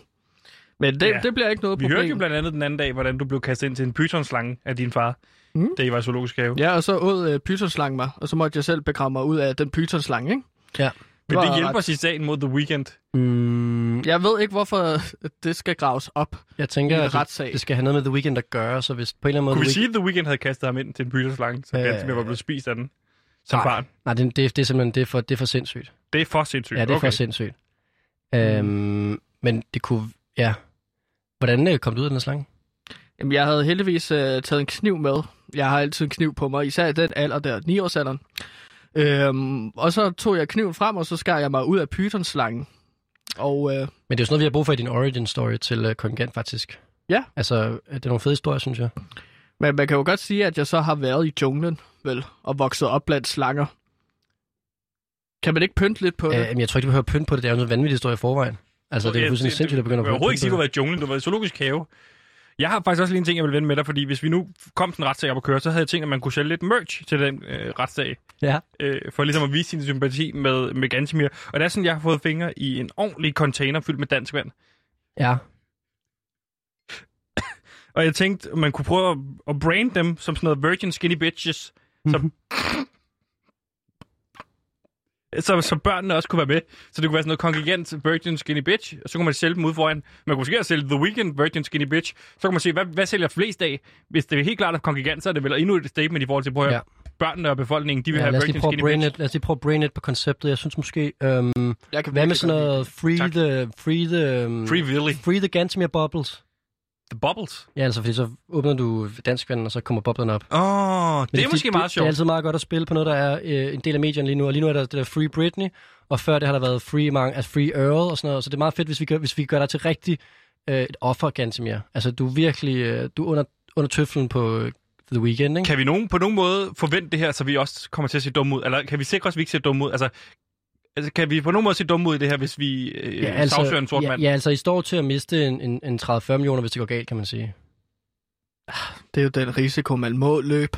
S3: Men
S1: Ja.
S3: det, ja. det bliver ikke noget
S1: Vi
S3: problem.
S1: hørte jo blandt andet den anden dag, hvordan du blev kastet ind til en pythonslange af din far,
S3: Mm.
S1: da I var i zoologisk have.
S3: Ja, og så åd øh, pythonslangen mig, og så måtte jeg selv begrave mig ud af den pythonslange, ikke?
S1: Men det
S3: var
S1: hjælper
S3: ret-
S1: os i sagen mod The Weeknd.
S2: Mm,
S3: Jeg ved ikke, hvorfor øh, det skal graves op.
S2: jeg tænker,
S3: I en
S2: at det,
S3: retssag.
S2: det skal have noget med The Weeknd at gøre, så hvis på en eller anden måde...
S1: Kunne vi
S2: The Weeknd-
S1: sige, at The Weeknd havde kastet ham ind til en pythonslange, så
S2: Øh.
S1: Gantemir var blevet spist af den som
S2: Nej.
S1: barn?
S2: Nej, det, det, det er simpelthen det er for, det er for sindssygt.
S1: Det er for sindssygt.
S2: Ja, det er okay.
S1: okay.
S2: for
S1: Mm.
S2: sindssygt. Øhm, men det kunne... Ja. Hvordan øh, kom du ud af den slange?
S3: Jamen, jeg havde heldigvis øh, taget en kniv med. Jeg har altid en kniv på mig, især i den alder der, 9-årsalderen. Øhm, og så tog jeg kniven frem, og så skar jeg mig ud af pythonslangen. Og øh,
S2: Men det er jo sådan noget, vi har brug for i din origin story til øh, Kongant, faktisk.
S3: Ja.
S2: Altså, øh, det er nogle fede historier, synes jeg.
S3: men man kan jo godt sige, at jeg så har været i junglen, vel, og vokset op blandt slanger. Kan man ikke pynte lidt på
S2: Øh,
S3: det?
S2: men jeg tror ikke, du behøver pynte på det. Det er jo noget vanvittigt historie i forvejen. Altså, det er jo
S1: Ja,
S2: fuldstændig sindssygt at begynde
S1: Jeg
S2: at
S1: vil overhovedet ikke sige,
S2: pynte
S1: du
S2: på
S1: var i junglen, du var i zoologisk have. Jeg har faktisk også lige en ting, jeg vil vende med dig, fordi hvis vi nu kom sådan en retssag op at køre, så havde jeg tænkt, at man kunne sælge lidt merch til den øh, retssag,
S2: det. Ja.
S1: øh, for ligesom at vise sin sympati med, med Gantemir. Og det er sådan, jeg har fået fingre i en ordentlig container fyldt med dansk vand.
S2: Ja.
S1: Og jeg tænkte, man kunne prøve at, at brande dem som sådan noget virgin skinny bitches,
S2: Mhm.
S1: som, så, så børnene også kunne være med. Så det kunne være sådan noget kongregant virgin skinny bitch, og så kunne man sælge dem ud foran. Man kunne måske også sælge The Weekend virgin skinny bitch. Så kunne man se, hvad, hvad sælger flest af? Hvis det er helt klart, at kongregant, så er det vel endnu et statement i forhold til, prøv at høre, børnene og befolkningen, de vil
S2: ja
S1: have
S2: lad, os
S1: virgin
S2: lige prøve
S1: skinny
S2: at
S1: bitch.
S2: brain it, lad os lige prøve at brain it på konceptet. Jeg synes måske... Øhm,
S3: Jeg
S2: hvad med
S3: kan virkelig
S2: sådan
S3: godt lide
S2: noget free
S1: Tak.
S2: the... Free the... øhm,
S1: Free Willy.
S2: Free the Gantemir bubbles.
S1: The Bubbles.
S2: Ja, altså, fordi så åbner du danskvanden, og så kommer boblerne op.
S1: Åh, oh, det,
S2: Men
S1: det er
S2: fordi
S1: måske meget
S2: Det er altså
S1: sjovt.
S2: altid meget godt at spille på noget, der er øh, en del af medierne lige nu. Og lige nu er der det der Free Britney, og før det har der været Free, mange, altså Free Earl og sådan noget. Så det er meget fedt, hvis vi gør, hvis vi gør dig til rigtig øh, et offer, Gantemir. Altså, du er virkelig øh, du er under, under tøflen på øh, The Weeknd, ikke?
S1: Kan vi nogen, på nogen måde forvente det her, så vi også kommer til at se dumme ud? Eller kan vi sikre os, at vi ikke ser dumme ud? Altså, altså kan vi på nogen måde se dumme ud i det her, hvis vi øh, ja, altså, sagsøger en sort
S2: ja,
S1: mand?
S2: ja, altså, I står til at miste en, en, en 30-40 millioner, hvis det går galt, kan man sige.
S3: det. Det er jo den risiko, man må løbe.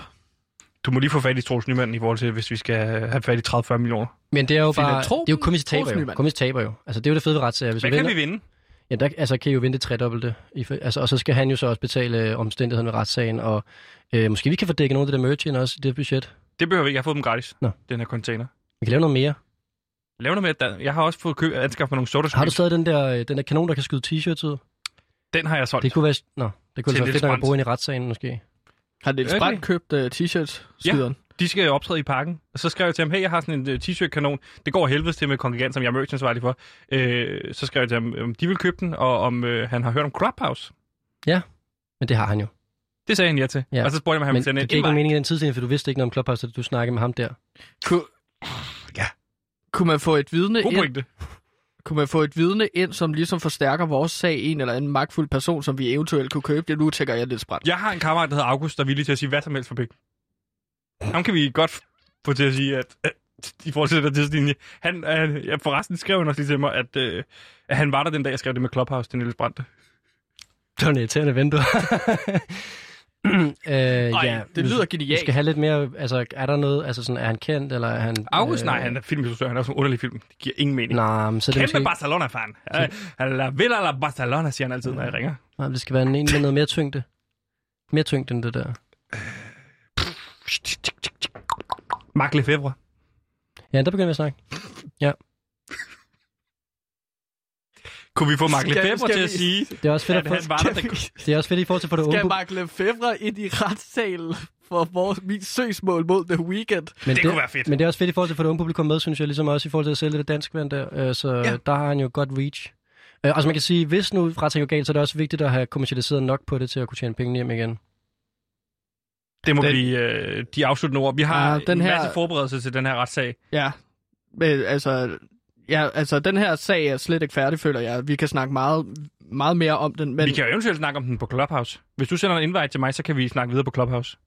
S1: Du må lige få fat i Troels Nyman i forhold til, hvis vi skal have fat i 30-40 millioner.
S2: Men det er jo bare... Det er
S3: Filantropen
S2: jo kun, hvis I taber,
S3: Troels
S2: jo.
S3: Nyman.
S2: Kun, hvis I taber, jo. Altså, det er jo det fede ved retssager. Hvis
S1: Hvad
S2: I
S1: kan
S2: vinder-
S1: vi vinde?
S2: Ja, der altså, kan I jo vinde det tredobbelte. I, for- altså, og så skal han jo så også betale øh, omstændigheden ved retssagen, og øh, måske vi kan få dækket noget af det der merch ind også i det budget.
S1: Det behøver vi ikke. Jeg har fået dem gratis,
S2: Nå.
S1: den her container.
S2: Vi kan lave noget mere.
S1: Lav noget med, at der- jeg har også fået køb anskaffet mig nogle soda
S2: Har du stadig den der, øh, den der kanon, der kan skyde t-shirts ud?
S1: Den har jeg solgt.
S2: Det kunne være... Nå, det kunne
S1: Til
S2: altså være
S1: lidt
S2: fedt nok at
S1: brændt.
S2: bruge ind i retssagen måske.
S3: Har Niels
S1: Okay.
S3: Brandt købt uh, t-shirts, skyderen?
S1: De skal jo optræde i parken. Og så skrev jeg til ham, hey, jeg har sådan en øh, t-shirt-kanon. Det går helvedes til med kongregant, som jeg er merchantsvarlig for. Øh, så skrev jeg til ham, om de vil købe den, og om øh, han har hørt om Clubhouse.
S2: Men det har han jo.
S1: Det sagde han ja til.
S2: Ja.
S1: Og så spurgte jeg, om han ville
S2: Men det
S1: sende
S2: giver
S1: en
S2: ikke nogen
S1: invite.
S2: mening i den tidslinje, for du vidste ikke noget om Clubhouse, da du snakkede med ham der.
S3: Ku...
S1: Ja.
S3: Kunne man få et vidne
S1: God
S3: ind?
S1: pointe.
S3: Kunne man få et vidne ind, som ligesom forstærker vores sag i en eller anden magtfuld person, som vi eventuelt kunne købe? Ja, nu tænker jeg lidt sprændt.
S1: Jeg har en kammerat, der hedder August, der er villig til at sige hvad som helst for penge. Ham kan vi godt få til at sige, at øh, i forhold til den der tidslinje. Han, øh, ja, forresten skrev han også lige til mig, at, øh, at han var der den dag, jeg skrev det med Clubhouse, den lille brændte.
S2: Det var en irriterende ven, du. [clears throat] øh,
S1: Ej,
S2: ja,
S3: det lyder
S2: Vi
S3: genialt.
S2: skal have lidt mere... Altså, er der noget... Altså, sådan, er han kendt, eller er han...
S1: August, Øh, nej, han er filminstruktør, han er også en underlig film. Det giver ingen mening.
S2: Nej, men så er det
S1: Kæmpe
S2: måske...
S1: måske... Barcelona-fan. Øh, La Villa la Barcelona, siger han altid, når jeg ringer.
S2: Nej, det skal være en en med noget mere tyngde. Mere tyngde end det der.
S1: Mark Lefebvre.
S2: Ja, der begynder vi at snakke.
S1: Kunne vi få Mark
S3: Skal-
S1: Lefebvre
S3: skal
S1: til at
S3: vi-
S1: sige,
S2: Det er også fedt,
S1: at
S2: at få,
S1: han var der, der
S2: det er også fedt i forhold til at få det
S3: Skal
S2: unge.
S3: Mark Lefebvre ind i retssalen for vores, mit søgsmål mod The Weekend?
S2: Men
S1: Det kunne være fedt.
S2: Men det er også fedt i forhold til at få det unge publikum med, synes jeg, ligesom også i forhold til at sælge det dansk vand der. Øh, Så ja. der har han jo godt reach. Øh, Og som man kan sige, hvis nu retænker galt, så er det også vigtigt at have kommersialiseret nok på det til at kunne tjene penge hjem igen.
S1: det må
S3: Den-
S1: blive øh, de afsluttende ord. Vi har
S3: Ja,
S1: ja,
S3: den
S1: den en
S3: her-
S1: masse forberedelse til den her retssag.
S3: Ja, men altså... Ja, altså, den her sag er slet ikke færdig, føler jeg. Vi kan snakke meget, meget mere om den, men
S1: Vi kan jo eventuelt snakke om den på Clubhouse. Hvis du sender en invite til mig, så kan vi snakke videre på Clubhouse.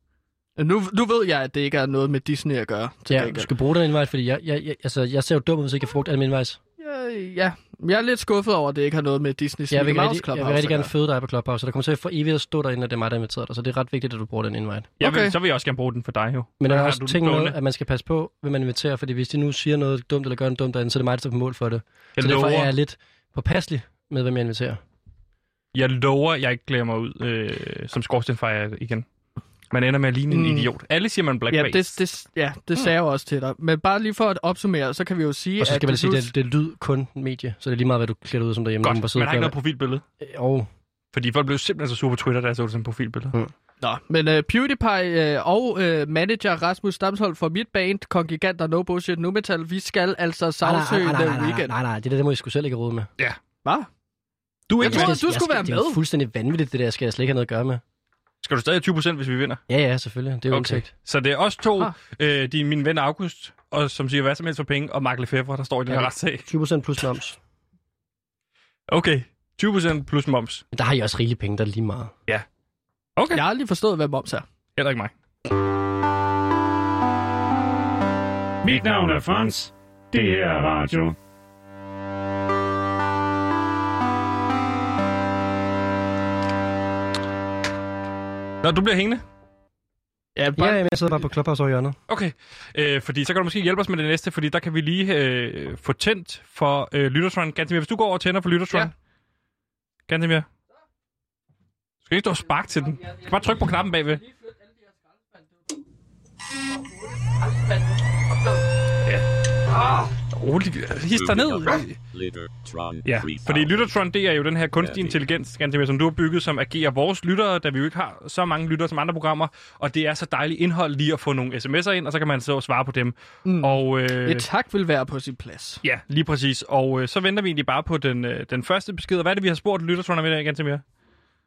S3: nu, nu ved jeg, at det ikke er noget med Disney at gøre. til
S2: Ja,
S3: gengæld.
S2: du skal bruge den invite, fordi jeg, jeg, jeg, altså, jeg ser jo dum ud, hvis jeg ikke har brugt alle mine invites.
S3: Ja, ja, jeg er lidt skuffet over, at det ikke har noget med Disney
S2: Jeg vil,
S3: Mickey
S2: ikke
S3: Mouse
S2: rigtig, jeg vil
S3: Clubhouse
S2: rigtig
S3: at
S2: gerne
S3: gøre.
S2: føde dig på Clubhouse, så der kommer til at for evigt at stå derinde, at det er mig, der inviterer dig, så det er ret vigtigt, at du bruger den invite.
S1: Jeg okay.
S3: Okay.
S1: vil, så vil jeg også gerne bruge den for dig, jo.
S2: Men der
S1: Så
S2: er
S1: har
S2: også
S1: du den
S2: ting med, altså,
S1: stående.
S2: at man skal passe på, hvem man inviterer, fordi hvis de nu siger noget dumt eller gør noget dumt derinde, så er det mig, der står på mål for det.
S1: Jeg
S2: så derfor
S1: lover.
S2: er jeg lidt påpasselig med, hvem jeg inviterer.
S1: Jeg lover, jeg ikke glæder mig ud øh, som skorstenfejer igen. Man ender med at ligne en
S3: Mm.
S1: idiot. Alle siger man
S3: Ja,
S1: blackface.
S3: det, det, ja, det sagde jeg jo også til dig. Men bare lige for at opsummere, så kan vi jo sige,
S2: Mm. Og så skal man
S3: at...
S2: sige, at det, det er lyd kun medie, så det er lige meget, hvad du klæder ud som derhjemme.
S1: Godt,
S2: Du må
S1: man
S2: sidde
S1: har ikke
S2: og
S1: noget profilbillede.
S2: gøre- Jo,
S1: Fordi folk blev simpelthen så sure på Twitter, da jeg så det som profilbillede.
S2: Mm.
S3: Nå, men uh, PewDiePie uh, og uh, manager Rasmus Stamsholm fra mit band, Kongigant og No Bullshit Nu Metal, vi skal altså
S2: Ah, Nej, nej,
S3: sagsøge
S2: nej, nej, nej,
S3: The
S2: nej,
S3: Weekend.
S2: nej, nej, det der, det må I sgu selv ikke rode med.
S3: Hvad?
S1: Du er
S3: Jeg
S1: ikke
S3: tror,
S1: med.
S3: at du
S2: jeg
S3: skulle være
S2: det er jo
S3: med.
S2: fuldstændig vanvittigt, det der skal jeg slet ikke have noget at gøre med.
S1: Skal du stadig have 20%, hvis vi vinder?
S2: Ja, ja, selvfølgelig. Det er jo okay.
S1: Så det er os to,
S3: Ah.
S1: øh, de, min ven August, og, som siger hvad som helst for penge, og Mark Lefebvre, der står i den
S2: Ja,
S1: her
S2: det-
S1: retssag.
S2: 20% plus moms.
S1: Okay, 20% plus moms.
S2: Men der har I også rigelige penge, der er lige meget.
S1: Okay,
S3: Jeg har aldrig forstået, hvad moms er.
S1: heller ikke mig.
S10: Mit navn er Frans. Det her er radio.
S1: Nå, du bliver hængende.
S3: Ja,
S2: Ja,
S3: bare,
S2: ja, men jeg sidder bare på Clubhouse over i hjørnet.
S1: Okay, øh, fordi så kan du måske hjælpe os med det næste, fordi der kan vi lige øh, få tændt for øh, Lyttertron. Gantemir, hvis du går over og tænder for Lyttertron. Ja.
S3: Ja.
S1: Gantemir. Du skal ikke stå og sparke til den. Du skal bare trykke på knappen bagved. Ja. Ah, rolig. Hist dig ned. Ja, fordi Lyttertron, det er jo den her kunstig intelligens, Gantemir, som du har bygget, som agerer vores lyttere, da vi jo ikke har så mange lyttere som andre programmer. Og det er så dejligt indhold lige at få nogle sms'er ind, og så kan man så svare på dem. Mm. Og, øh,
S3: Et tak vil være på sin plads.
S1: Ja, lige præcis. Og øh, så venter vi egentlig bare på den, øh, den første besked. Og Hvad er det, vi har spurgt Lyttertron om i dag, Gantemir?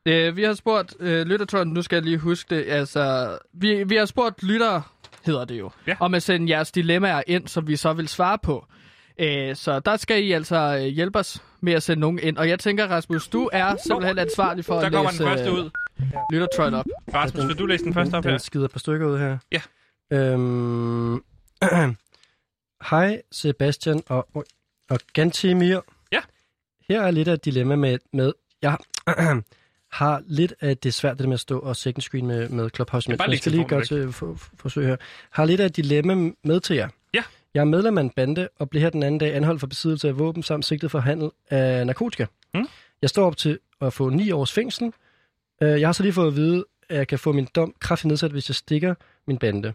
S3: Øh, vi har spurgt øh, lyttertron, nu skal jeg lige huske det, altså, vi, vi har spurgt lyttere, hedder det jo,
S1: Ja.
S3: om at sende jeres dilemmaer ind, som vi så vil svare på. Øh, så der skal I altså øh, hjælpe os med at sende nogen ind. Og jeg tænker, Rasmus, du er simpelthen ansvarlig for
S1: Der
S3: at
S1: kommer den
S3: læse
S1: første ud.
S3: lyttertron op.
S1: Rasmus, vil du læse den første op
S2: øh, Den
S1: her?
S2: skider et par stykker ud her.
S1: Ja.
S2: Øhm, [clears throat] Hej Sebastian og, og Gantemir.
S1: Ja.
S2: Her er lidt af et dilemma med, med jeg [clears throat] har lidt af det svært det med at stå og second screen med, med Clubhouse. Men
S1: bare
S2: jeg
S1: læg
S2: skal lige øh, gøre
S1: telefonen
S2: til for, for, forsøg her. Har lidt af et dilemma med til jer.
S1: Ja.
S2: Jeg er medlem af en bande og blev her den anden dag anholdt for besiddelse af våben samt sigtet for handel af narkotika.
S1: Mm.
S2: Jeg står op til at få 9 års fængsel, Øh, Jeg har så lige fået at vide, at jeg kan få min dom kraftigt nedsat, hvis jeg stikker min bande.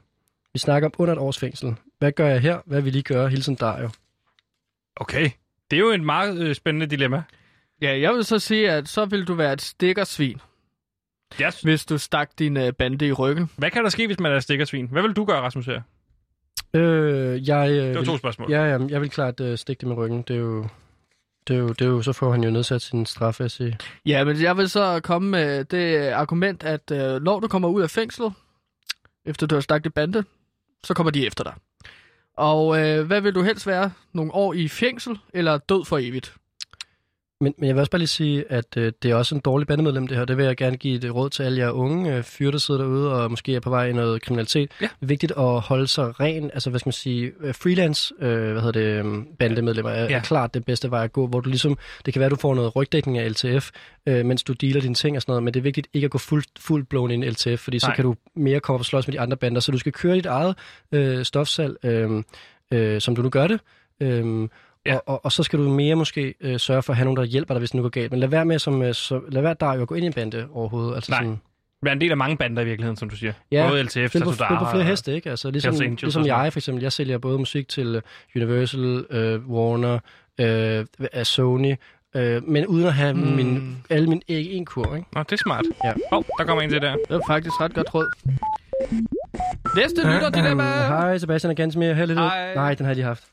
S2: Vi snakker om under et års fængsel. Hvad gør jeg her? Hvad vil I gøre? Hilsen Dario.
S1: Okay. Det er jo et meget øh, spændende dilemma.
S3: Ja, jeg vil så sige, at så vil du være et stikkersvin,
S1: Yes.
S3: hvis du stak din øh, bande i ryggen.
S1: Hvad kan der ske, hvis man er stikkersvin? Hvad vil du gøre, Rasmus her?
S2: Øh, jeg, øh,
S1: Det var
S2: vil,
S1: to spørgsmål.
S2: ja, ja, jeg vil klart øh, stikke det med ryggen. Det er jo... Det er, jo, det er jo, så får han jo nedsat sin straf, vil jeg sige.
S3: Ja, men jeg vil så komme med det øh, argument, at øh, når du kommer ud af fængslet, efter du har stak din bande, så kommer de efter dig. Og øh, hvad vil du helst være? Nogle år i fængsel eller død for evigt?
S2: Men, men jeg vil også bare lige sige, at øh, det er også en dårlig bandemedlem, det her. Det vil jeg gerne give et råd til alle jer unge øh, fyre, der sidder derude og måske er på vej i noget kriminalitet. Ja. Vigtigt at holde sig ren. Altså, hvad skal man sige, øh, freelance, øh, hvad hedder det, øh, bandemedlemmer er, ja.
S1: Ja.
S2: er klart det bedste vej at gå, hvor du ligesom, det kan være, at du får noget rygdækning af LTF, øh, mens du dealer dine ting og sådan noget, men det er vigtigt ikke at gå fuld, fuld blown ind i LTF, fordi så
S1: Nej.
S2: kan du mere komme op og slås med de andre bander, så du skal køre dit eget øh, stofsalg, øh, øh, som du nu gør det, øh,
S1: Ja.
S2: Ja. Og, og, og så skal du mere måske øh, sørge for at have nogen, der hjælper dig, hvis det nu går galt. Men lad være med som, øh, så, lad være dig jo at gå ind i en bande overhovedet. Altså
S1: Nej. altså,
S2: Sådan,
S1: Være en del af mange bander i virkeligheden, som du siger.
S2: Ja,
S1: Både LTF,
S2: spil på, spil
S1: Tatudara
S2: på flere
S1: og-
S2: heste, ikke? Altså, ligesom,
S1: Hells Angels
S2: ligesom
S1: og sådan
S2: jeg, for eksempel. Jeg sælger både musik til øh, Universal, øh, Warner, øh, af Sony, øh, men uden at have
S1: Mm.
S2: mm. min, alle mine æg i en kur, ikke?
S1: Nå, det er smart.
S2: Ja.
S1: Åh, oh, der kommer en til der.
S3: Det var faktisk ret godt råd. Næste lytter til dem er...
S2: Hej Sebastian og Gansmere. Held og lykke.
S3: Hej.
S2: Nej, den har jeg lige haft.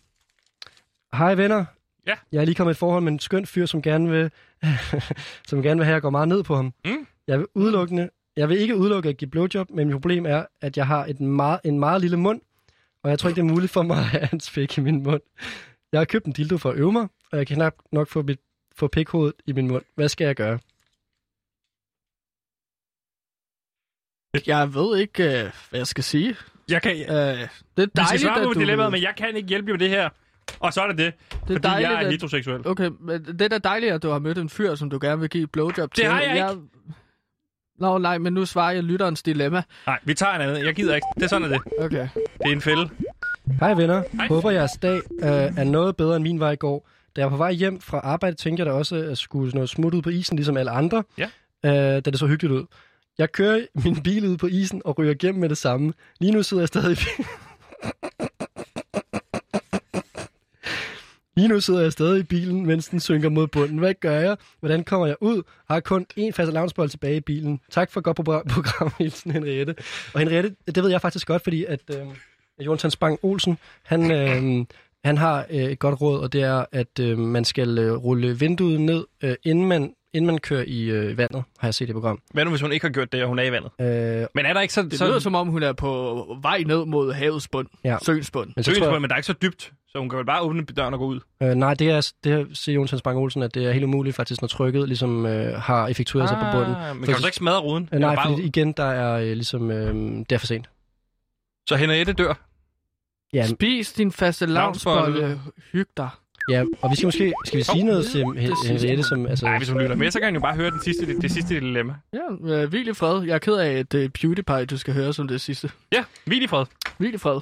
S2: Hej venner.
S1: Ja.
S2: Jeg er lige kommet i et forhold med en skøn fyr, som gerne vil, [laughs] som gerne vil have, at jeg går meget ned på ham.
S1: Mm.
S2: Jeg vil udelukkende, jeg vil ikke udelukke at give blowjob, men mit problem er, at jeg har et meget, en meget lille mund, og jeg tror ikke, det er muligt for mig [laughs] at have hans pik i min mund. Jeg har købt en dildo for at øve mig, og jeg kan knap nok få, mit, få pikhovedet i min mund. Hvad skal jeg gøre?
S3: Jeg ved ikke, øh, hvad jeg skal sige.
S1: Jeg kan,
S3: Øh, det er
S1: vi skal
S3: dejligt,
S1: svare på
S3: at
S1: med
S3: du...
S1: dilemmaet, men jeg kan ikke hjælpe jer med det her. Og så er det det,
S3: det er
S1: fordi
S3: dejligt,
S1: jeg er
S3: at-
S1: heteroseksuel.
S3: Okay, men det er da dejligt, at du har mødt en fyr, som du gerne vil give blowjob til.
S1: har jeg
S3: Nå, nej, men nu svarer jeg lytterens dilemma.
S1: Nej, vi tager en anden. Jeg gider ikke. Det er sådan, er det.
S3: Okay.
S1: Det er en fælde.
S2: Hej venner.
S1: Hej.
S2: Håber jeres dag øh, er noget bedre end min var i går. Da jeg var på vej hjem fra arbejde, tænkte jeg da også, at jeg skulle sådan noget smut ud på isen, ligesom alle andre.
S1: Ja.
S2: Øh, da det så hyggeligt ud. Jeg kører min bil ud på isen og ryger igennem med det samme. Lige nu sidder jeg stadig i bil- Lige nu sidder jeg stadig i bilen, mens den synker mod bunden. Hvad gør jeg? Hvordan kommer jeg ud? Har kun én fast lavnsbold tilbage i bilen. Tak for et godt pro- [laughs] program, Hilsen Henriette. Og Henriette, det ved jeg faktisk godt, fordi at... Øh, Jonathan Spang Olsen, han, øh, han har øh, et godt råd, og det er, at øh, man skal øh, rulle vinduet ned, øh, inden, man, inden man kører i øh, vandet, har jeg set i program.
S1: Hvad nu, hvis hun ikke har gjort det, og hun er i vandet?
S2: Øh,
S1: Men er der ikke så...
S3: Det
S1: så,
S3: lyder, som om hun er på vej ned mod havets bund.
S2: Ja.
S3: Søens bund.
S2: men så
S1: Søens,
S2: tror
S1: men der er ikke så dybt, så hun kan vel bare åbne døren og gå ud.
S2: jeg, øh, nej, det er, det siger Jonathan Spang Olsen, at det er helt umuligt faktisk, når trykket ligesom øh, har effektueret sig
S1: Ah.
S2: på bunden.
S1: Men kan du så ikke smadre ruden?
S2: Øh, nej,
S1: Eller bare
S2: fordi igen, der er øh, ligesom, øh, det er for sent.
S1: Så Henriette dør.
S2: Ja,
S3: Spis din faste lavnsbolle. Hyg dig.
S2: ja, og vi skal måske skal vi sige noget til Hen- Henriette, som... Altså,
S1: Nej, hvis hun lytter med, så kan hun jo bare høre den sidste, det, det sidste dilemma.
S3: Ja, øh, hvil i fred. Jeg er ked af, at øh, PewDiePie, du skal høre som det sidste.
S1: Ja, hvil i fred.
S3: Hvil i fred.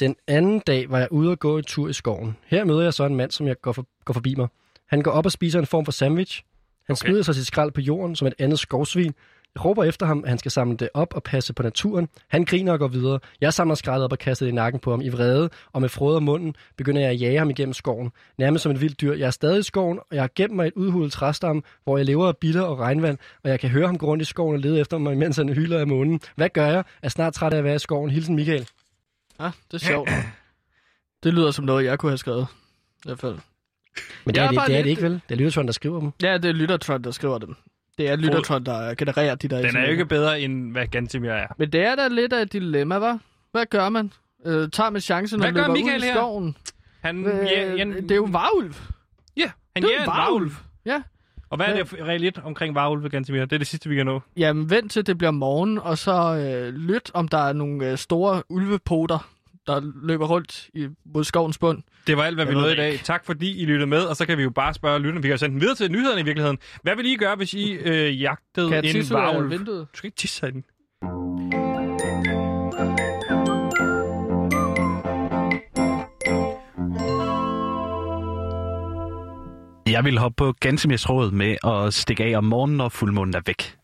S2: Den anden dag var jeg ude og gå en tur i skoven. Her møder jeg så en mand, som jeg går, for, går forbi mig. Han går op og spiser en form for sandwich. Han okay.
S1: Okay.
S2: smider sig sit skrald på jorden som et andet skovsvin. Jeg råber efter ham, at han skal samle det op og passe på naturen. Han griner og går videre. Jeg samler skraldet op og kaster det i nakken på ham i vrede, og med frøder munden begynder jeg at jage ham igennem skoven. Nærmest som et vildt dyr. Jeg er stadig i skoven, og jeg har gemt mig i et udhulet træstamme, hvor jeg lever af bitter og regnvand, og jeg kan høre ham gå rundt i skoven og lede efter mig, mens han hylder af månen. Hvad gør jeg? Er snart træt af at være i skoven. Hilsen Michael.
S3: Ja, det er
S1: [clears throat]
S3: sjovt. Det lyder som noget, jeg kunne have skrevet. I hvert fald.
S2: Men det
S3: Jeg
S2: er,
S3: er
S2: det,
S3: bare
S2: det er
S3: lidt-
S2: det ikke, vel? Det er Lyttertron, der skriver dem.
S3: Ja, det er Lyttertron, der skriver dem. Det er Lyttertron, der genererer de der...
S1: Den er jo
S3: sms'er.
S1: ikke bedre, end hvad Gantimir er.
S3: Men det er da lidt af et dilemma, hva'? Hvad gør man? Øh, tager man chancen
S1: Hvad
S3: og
S1: gør
S3: løber
S1: Michael
S3: ud i
S1: her? Mm,
S3: skoven?
S1: Han,
S3: Øh,
S1: ja, en,
S3: det er jo varulv.
S1: ja, han
S3: det er
S1: ja,
S3: en
S1: en
S3: varulv.
S1: varulv.
S3: Ja.
S1: Og hvad er det for- reelt omkring varulve, Gantimir? Det er det sidste, vi kan nå.
S3: Jamen, vent til det bliver morgen, og så øh, lyt, om der er nogle øh, store ulvepoter, der løber rundt i, mod skovens bund.
S1: Det var alt, hvad vi
S3: Jeg ved
S1: nåede i
S3: det
S1: dag.
S3: ikke.
S1: Tak fordi I lyttede med, og så kan vi jo bare spørge lytterne. Vi kan jo sende dem videre til nyhederne i virkeligheden. Hvad vil I gøre, hvis I øh, jagtede
S3: Kan jeg
S1: en
S3: tisse ud af
S1: varulv?
S3: vinduet?
S1: Du skal ikke tisse sig i den.
S11: Jeg vil hoppe på Gansimirs råd med at stikke af om morgenen, når fuldmånen er væk.